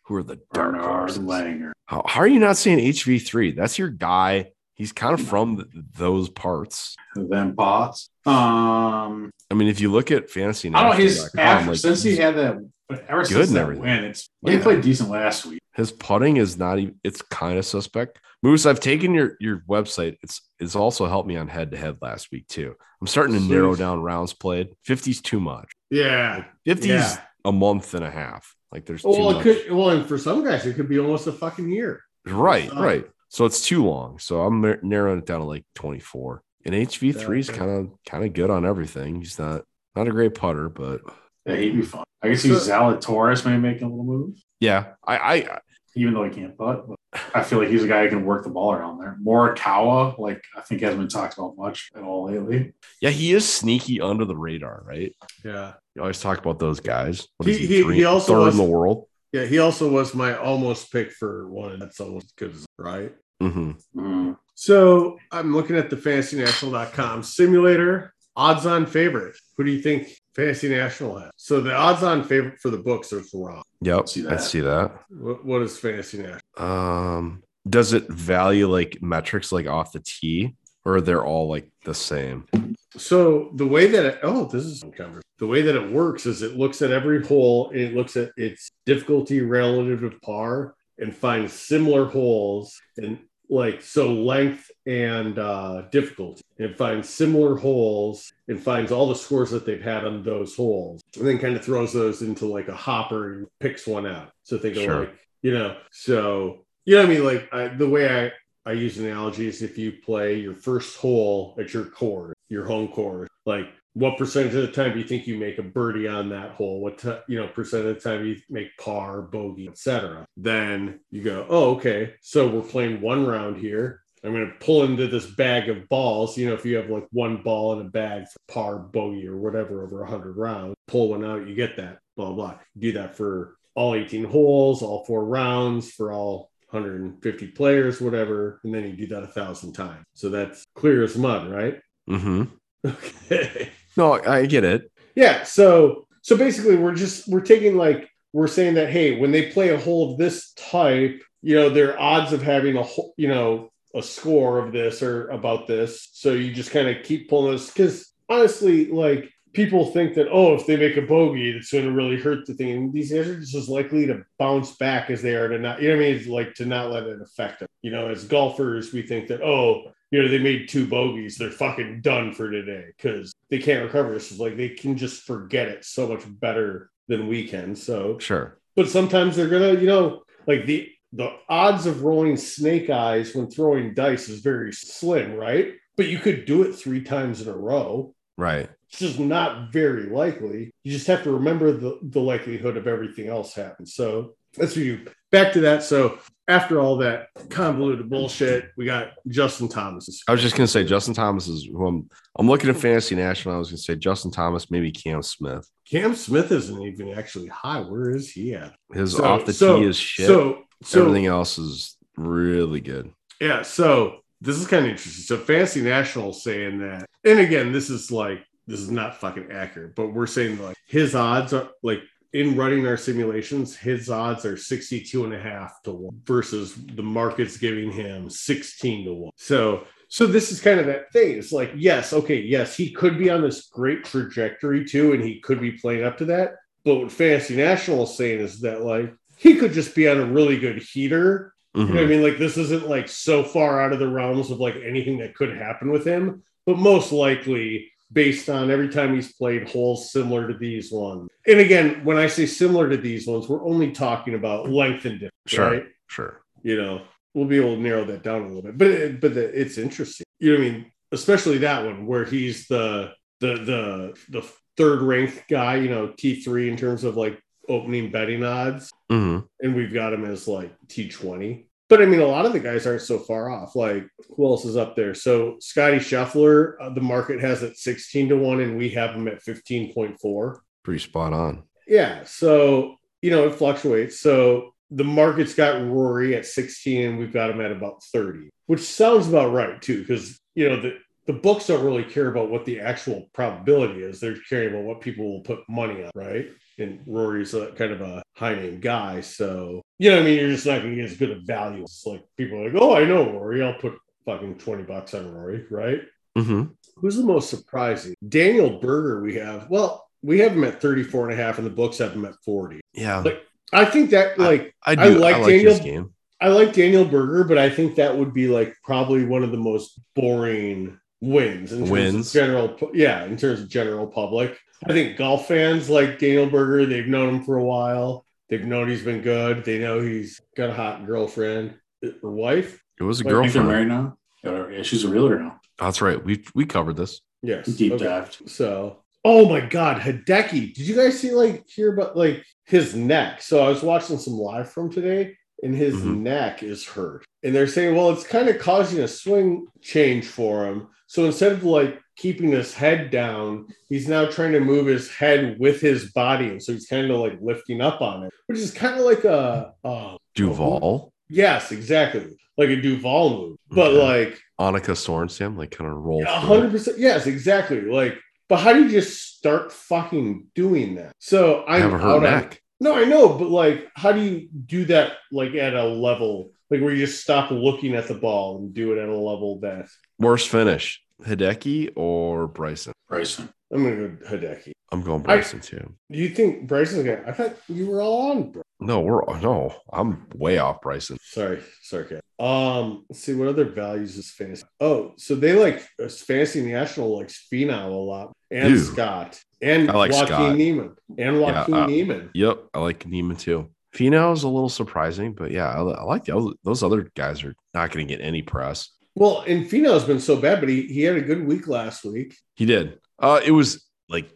Who are the dark Bernard horses? Langer. How, how are you not seeing HV3? That's your guy. He's kind of from th- those parts. Them bots. Um I mean, if you look at fantasy, I don't know his National.com, after, like, since he his- had that but ever good since and that everything. win, it's he Yeah. played decent last week. his putting is not even. It's kind of suspect. Moose, I've taken your your website. It's it's also helped me on head to head last week too. I'm starting to Sweet. narrow down rounds played. 50's too much. yeah. 50's Yeah. a month and a half. Like there's too Well, it much. could. Well, and for some guys, it could be almost a fucking year. Right, Uh, right. So it's too long. So I'm nar- narrowing it down to like 24. And HV3 is Okay. kind of kind of good on everything. He's not not a great putter, but Yeah, he'd be fun. I can see So- Zalatoris maybe making a little move, yeah, I I even though he can't putt. But I feel like he's a guy who can work the ball around there. Morikawa, like I think hasn't been talked about much at all lately. yeah, he is sneaky under the radar, right? Yeah. You always talk about those guys. What He- he- three- he also third was- in the world. Yeah. He also was my almost pick for one. That's almost as good as right. hmm Mm. So I'm looking at the fantasynational.com simulator odds on favorite. Who do you think Fantasy National has? So the odds on favorite for the books are wrong. Yep, See I that. see that. What, what is Fantasy National? Um, does it value like metrics like off the tee, or they're all like the same? So the way that it, oh this is the way that it works is it looks at every hole and it looks at its difficulty relative to par and finds similar holes and like so length and uh, difficulty and finds similar holes and finds all the scores that they've had on those holes and then kind of throws those into like a hopper and picks one out. So they go Sure. like you know so you know what I mean like I, the way I I use an analogy is if you play your first hole at your course, your home course, like what percentage of the time do you think you make a birdie on that hole? What ti- you know percent of the time you make par, bogey, etc. Then you go, oh okay, so we're playing one round here. I'm going to pull into this bag of balls. You know, if you have like one ball in a bag for par, bogey, or whatever over 100 rounds, pull one out, you get that, blah, blah, blah. Do that for all 18 holes, all four rounds, for all 150 players, whatever. And then you do that a thousand times. So that's clear as mud, right? Mm-hmm. Okay. No, I I get it. Yeah. So so basically, we're just we're taking like we're saying that hey, when they play a hole of this type, you know, their odds of having a ho- you know a score of this or about this. So you just kind of keep pulling this because honestly, like people think that oh, if they make a bogey, it's going to really hurt the thing. And these guys are just as likely to bounce back as they are to not. You know what I mean? It's like to not let it affect them. You know, as golfers, we think that oh, you know, they made two bogeys. They're fucking done for today because they can't recover. It's just like they can just forget it so much better than we can. So, Sure. but sometimes they're gonna, you know, like the the odds of rolling snake eyes when throwing dice is very slim, right? But you could do it three times in a row Right. it's just not very likely. You just have to remember the, the likelihood of everything else happening. So that's what you back to that. So after all that convoluted bullshit, we got Justin Thomas. I was just gonna say Justin Thomas is who I'm. I'm looking at fantasy national. I was gonna say Justin Thomas, maybe Cam Smith. Cam Smith isn't even actually high. Where is he at? His So- off the so- tee is shit. So so Everything else is really good. Yeah, so this is kind of interesting. So Fantasy National saying that, and again, this is like this is not fucking accurate, but we're saying like his odds are like in running our simulations, his odds are 62 and a half to one versus the market's giving him 16 to one. So so this is kind of that thing. It's like, yes, okay, yes, he could be on this great trajectory too, and he could be playing up to that. But what Fantasy National is saying is that like he could just be on a really good heater you know Mhm. what I mean? Like this isn't like so far out of the realms of like anything that could happen with him, but most likely based on every time he's played holes similar to these ones. And again, when I say similar to these ones, we're only talking about length and depth, Sure. right? Sure. You know, we'll be able to narrow that down a little bit, but it, but the, it's interesting. You know what I mean? Especially that one where he's the the the the third ranked guy. You know, T three in terms of like opening betting odds hmm and we've got him as like T20. But I mean, a lot of the guys aren't so far off. Like, who else is up there? So, Scotty Scheffler, uh, the market has at 16 to 1, and we have him at 15.4. Pretty spot on. Yeah. So, you know, it fluctuates. So, the market's got Rory at 16, and we've got him at about 30, which sounds about right, too, because, you know, the, the books don't really care about what the actual probability is. They're caring about what people will put money on, right? and Rory's a, kind of a high name guy. So, you know, what I mean, you're just not going to get as good a value. It's like people are like, oh, I know Rory. I'll put fucking 20 bucks on Rory, right? hmm Who's the most surprising? Daniel Berger, we have. Well, we have him at 34 and a half, and the books have him at 40. Yeah, Like- I think that, like, I do. I I like like, Daniel- his game. I like Daniel Berger, but I think that would be like probably one of the most boring wins in terms Wins. of general pu- yeah, in terms of general public. I think golf fans like Daniel Berger, they've known him for a while. They've known he's been good. They know he's got a hot girlfriend Uh, or wife. It was a Like, if If they're girlfriend. married now, Yeah, whatever. yeah, she's a realtor now. That's right. We we covered this. Yes. Deep Okay. dived. So, oh my God, Hideki! Did you guys see like hear about like his neck? So I was watching some live from today, and his Mhm. neck is hurt, and they're saying, well, it's kind of causing a swing change for him. So instead of like keeping his head down, he's now trying to move his head with his body, and so he's kind of like lifting up on it, which is kind of like a uh, Duval, yes, exactly, like a Duval move, but Okay. like Annika Sorenstam, like kind of roll. a through it. hundred percent. Yes, exactly. Like, but how do you just start fucking doing that? So I I'm have a hurt out on. neck. No, I know, but like, how do you do that? Like at a level, like where you just stop looking at the ball and do it at a level that. Worst finish. Hideki or Bryson? Bryson. I'm gonna go Hideki. I'm going I- Bryson too. You think Bryson's gonna? I thought you were all on. Bryson. No, we're no. I'm way off Bryson. Sorry, sorry, Kat. Um, let's see what other values is fantasy. Oh, so they like uh, fantasy national likes Phenom a lot, and Ew. Scott, and I like Joaquin Scott. Neiman, and Joaquin uh, Neiman. Yep, I like Neiman too. Fino is a little surprising, but yeah, I, I like the, other- those other guys are not going to get any press. Well, and Pheno's been so bad, but he, he had a good week last week. He did. Uh, it was like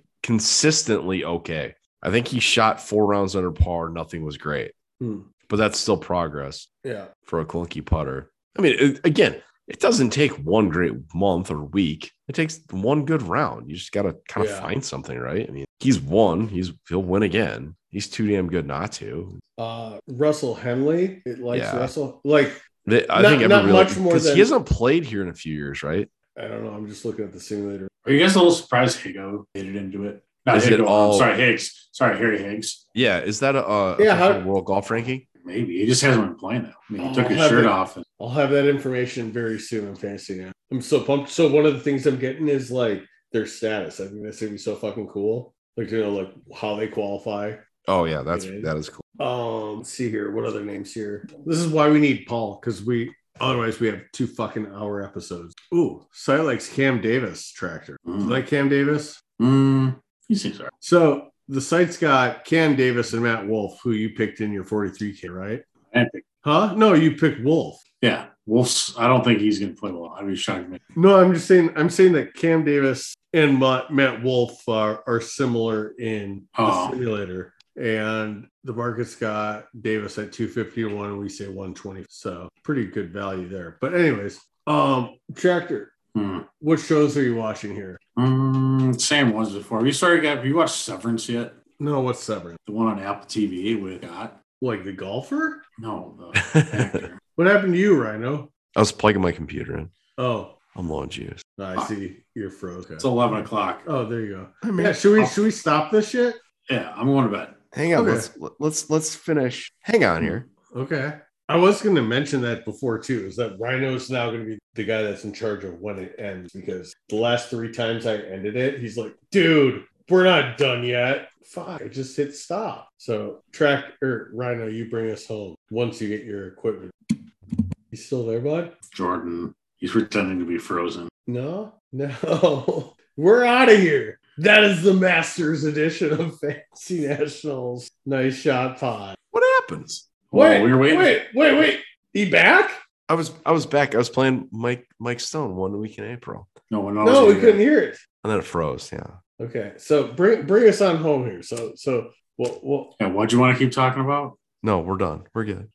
consistently okay. I think he shot four rounds under par. Nothing was great, Hmm. but that's still progress. Yeah, for a clunky putter. I mean, it, again, it doesn't take one great month or week. It takes one good round. You just got to kind of Yeah. find something, right? I mean, he's won. He's he'll win again. He's too damn good not to. uh, Russell Henley. It likes Yeah. Russell. Like They- I Not- think not everyone much more because than- he hasn't played here in a few years, right? I don't know. I'm just looking at the simulator. Are you guys a little surprised Higo made it into it? Not Is it Higo, all- I'm sorry, Higgs. Sorry, Harry Higgs. Yeah, is that a, a Yeah, official how- world golf ranking? Maybe he just hasn't been playing that. I mean, he Oh, took his have shirt it. off. And, I'll have that information very soon. I'm fancy now. I'm so pumped. So one of the things I'm getting is like their status. I think that's gonna be so fucking cool. Like you know, like how they qualify. Oh yeah, that's It is. that is cool. Um, let's see here. What other names here? This is why we need Paul because we otherwise we have two fucking hour episodes. Ooh, Silex Cam Davis tractor. You mm, like Cam Davis? mm, he seems all right. So the site's got Cam Davis and Matt Wolf, who you picked in your 43k, right? I didn't think- Huh? No, you picked Wolf. Yeah, Wolf's. I don't think he's going to play well. I'd be shocked. If he No, I'm just saying. I'm saying that Cam Davis and Ma- Matt Wolf are, are similar in Oh. the simulator, and the market's got Davis at 250 to one, and we say 120. So pretty good value there. But anyways, um, tractor. Mm. What shows are you watching here? Mm, same ones before. Have you started? Have you watched Severance yet? No, what's Severance? The one on Apple TV with Scott? Like the golfer? No, the actor. What happened to you, Rhino? I was plugging my computer in. Oh, I'm low on juice. I see. You're frozen. It's eleven o'clock. Oh, there you go. I Yeah, should we should we stop this shit? Yeah, I'm going to bed. hang on. Okay. Let's let's let's finish. Hang on here. Okay. I was going to mention that before too. Is that Rhino's now going to be the guy that's in charge of when it ends? Because the last three times I ended it, he's like, "Dude, we're not done yet." Fuck! I just hit stop. So track or Rhino, you bring us home once you get your equipment. You still there, bud? Jordan, he's pretending to be frozen. No, no. We're out of here. That is the Masters edition of Fantasy Nationals. Nice shot, pod. What happens? Well, we were waiting. wait, wait, wait. He back? I was I was back. I was playing Mike Mike Stone one week in April, No one No, we knows. couldn't hear it. and then it froze. Yeah, Okay, so bring bring us on home here. So so well, well Yeah, what do you want to keep talking about? no, we're done. We're good.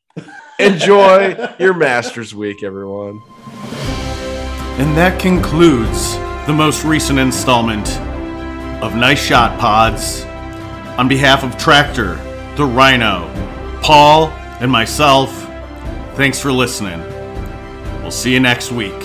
Enjoy your Masters week, everyone. And that concludes the most recent installment of Nice Shot Pods. On behalf of Tractor, the Rhino, Paul, and myself, thanks for listening. We'll see you next week.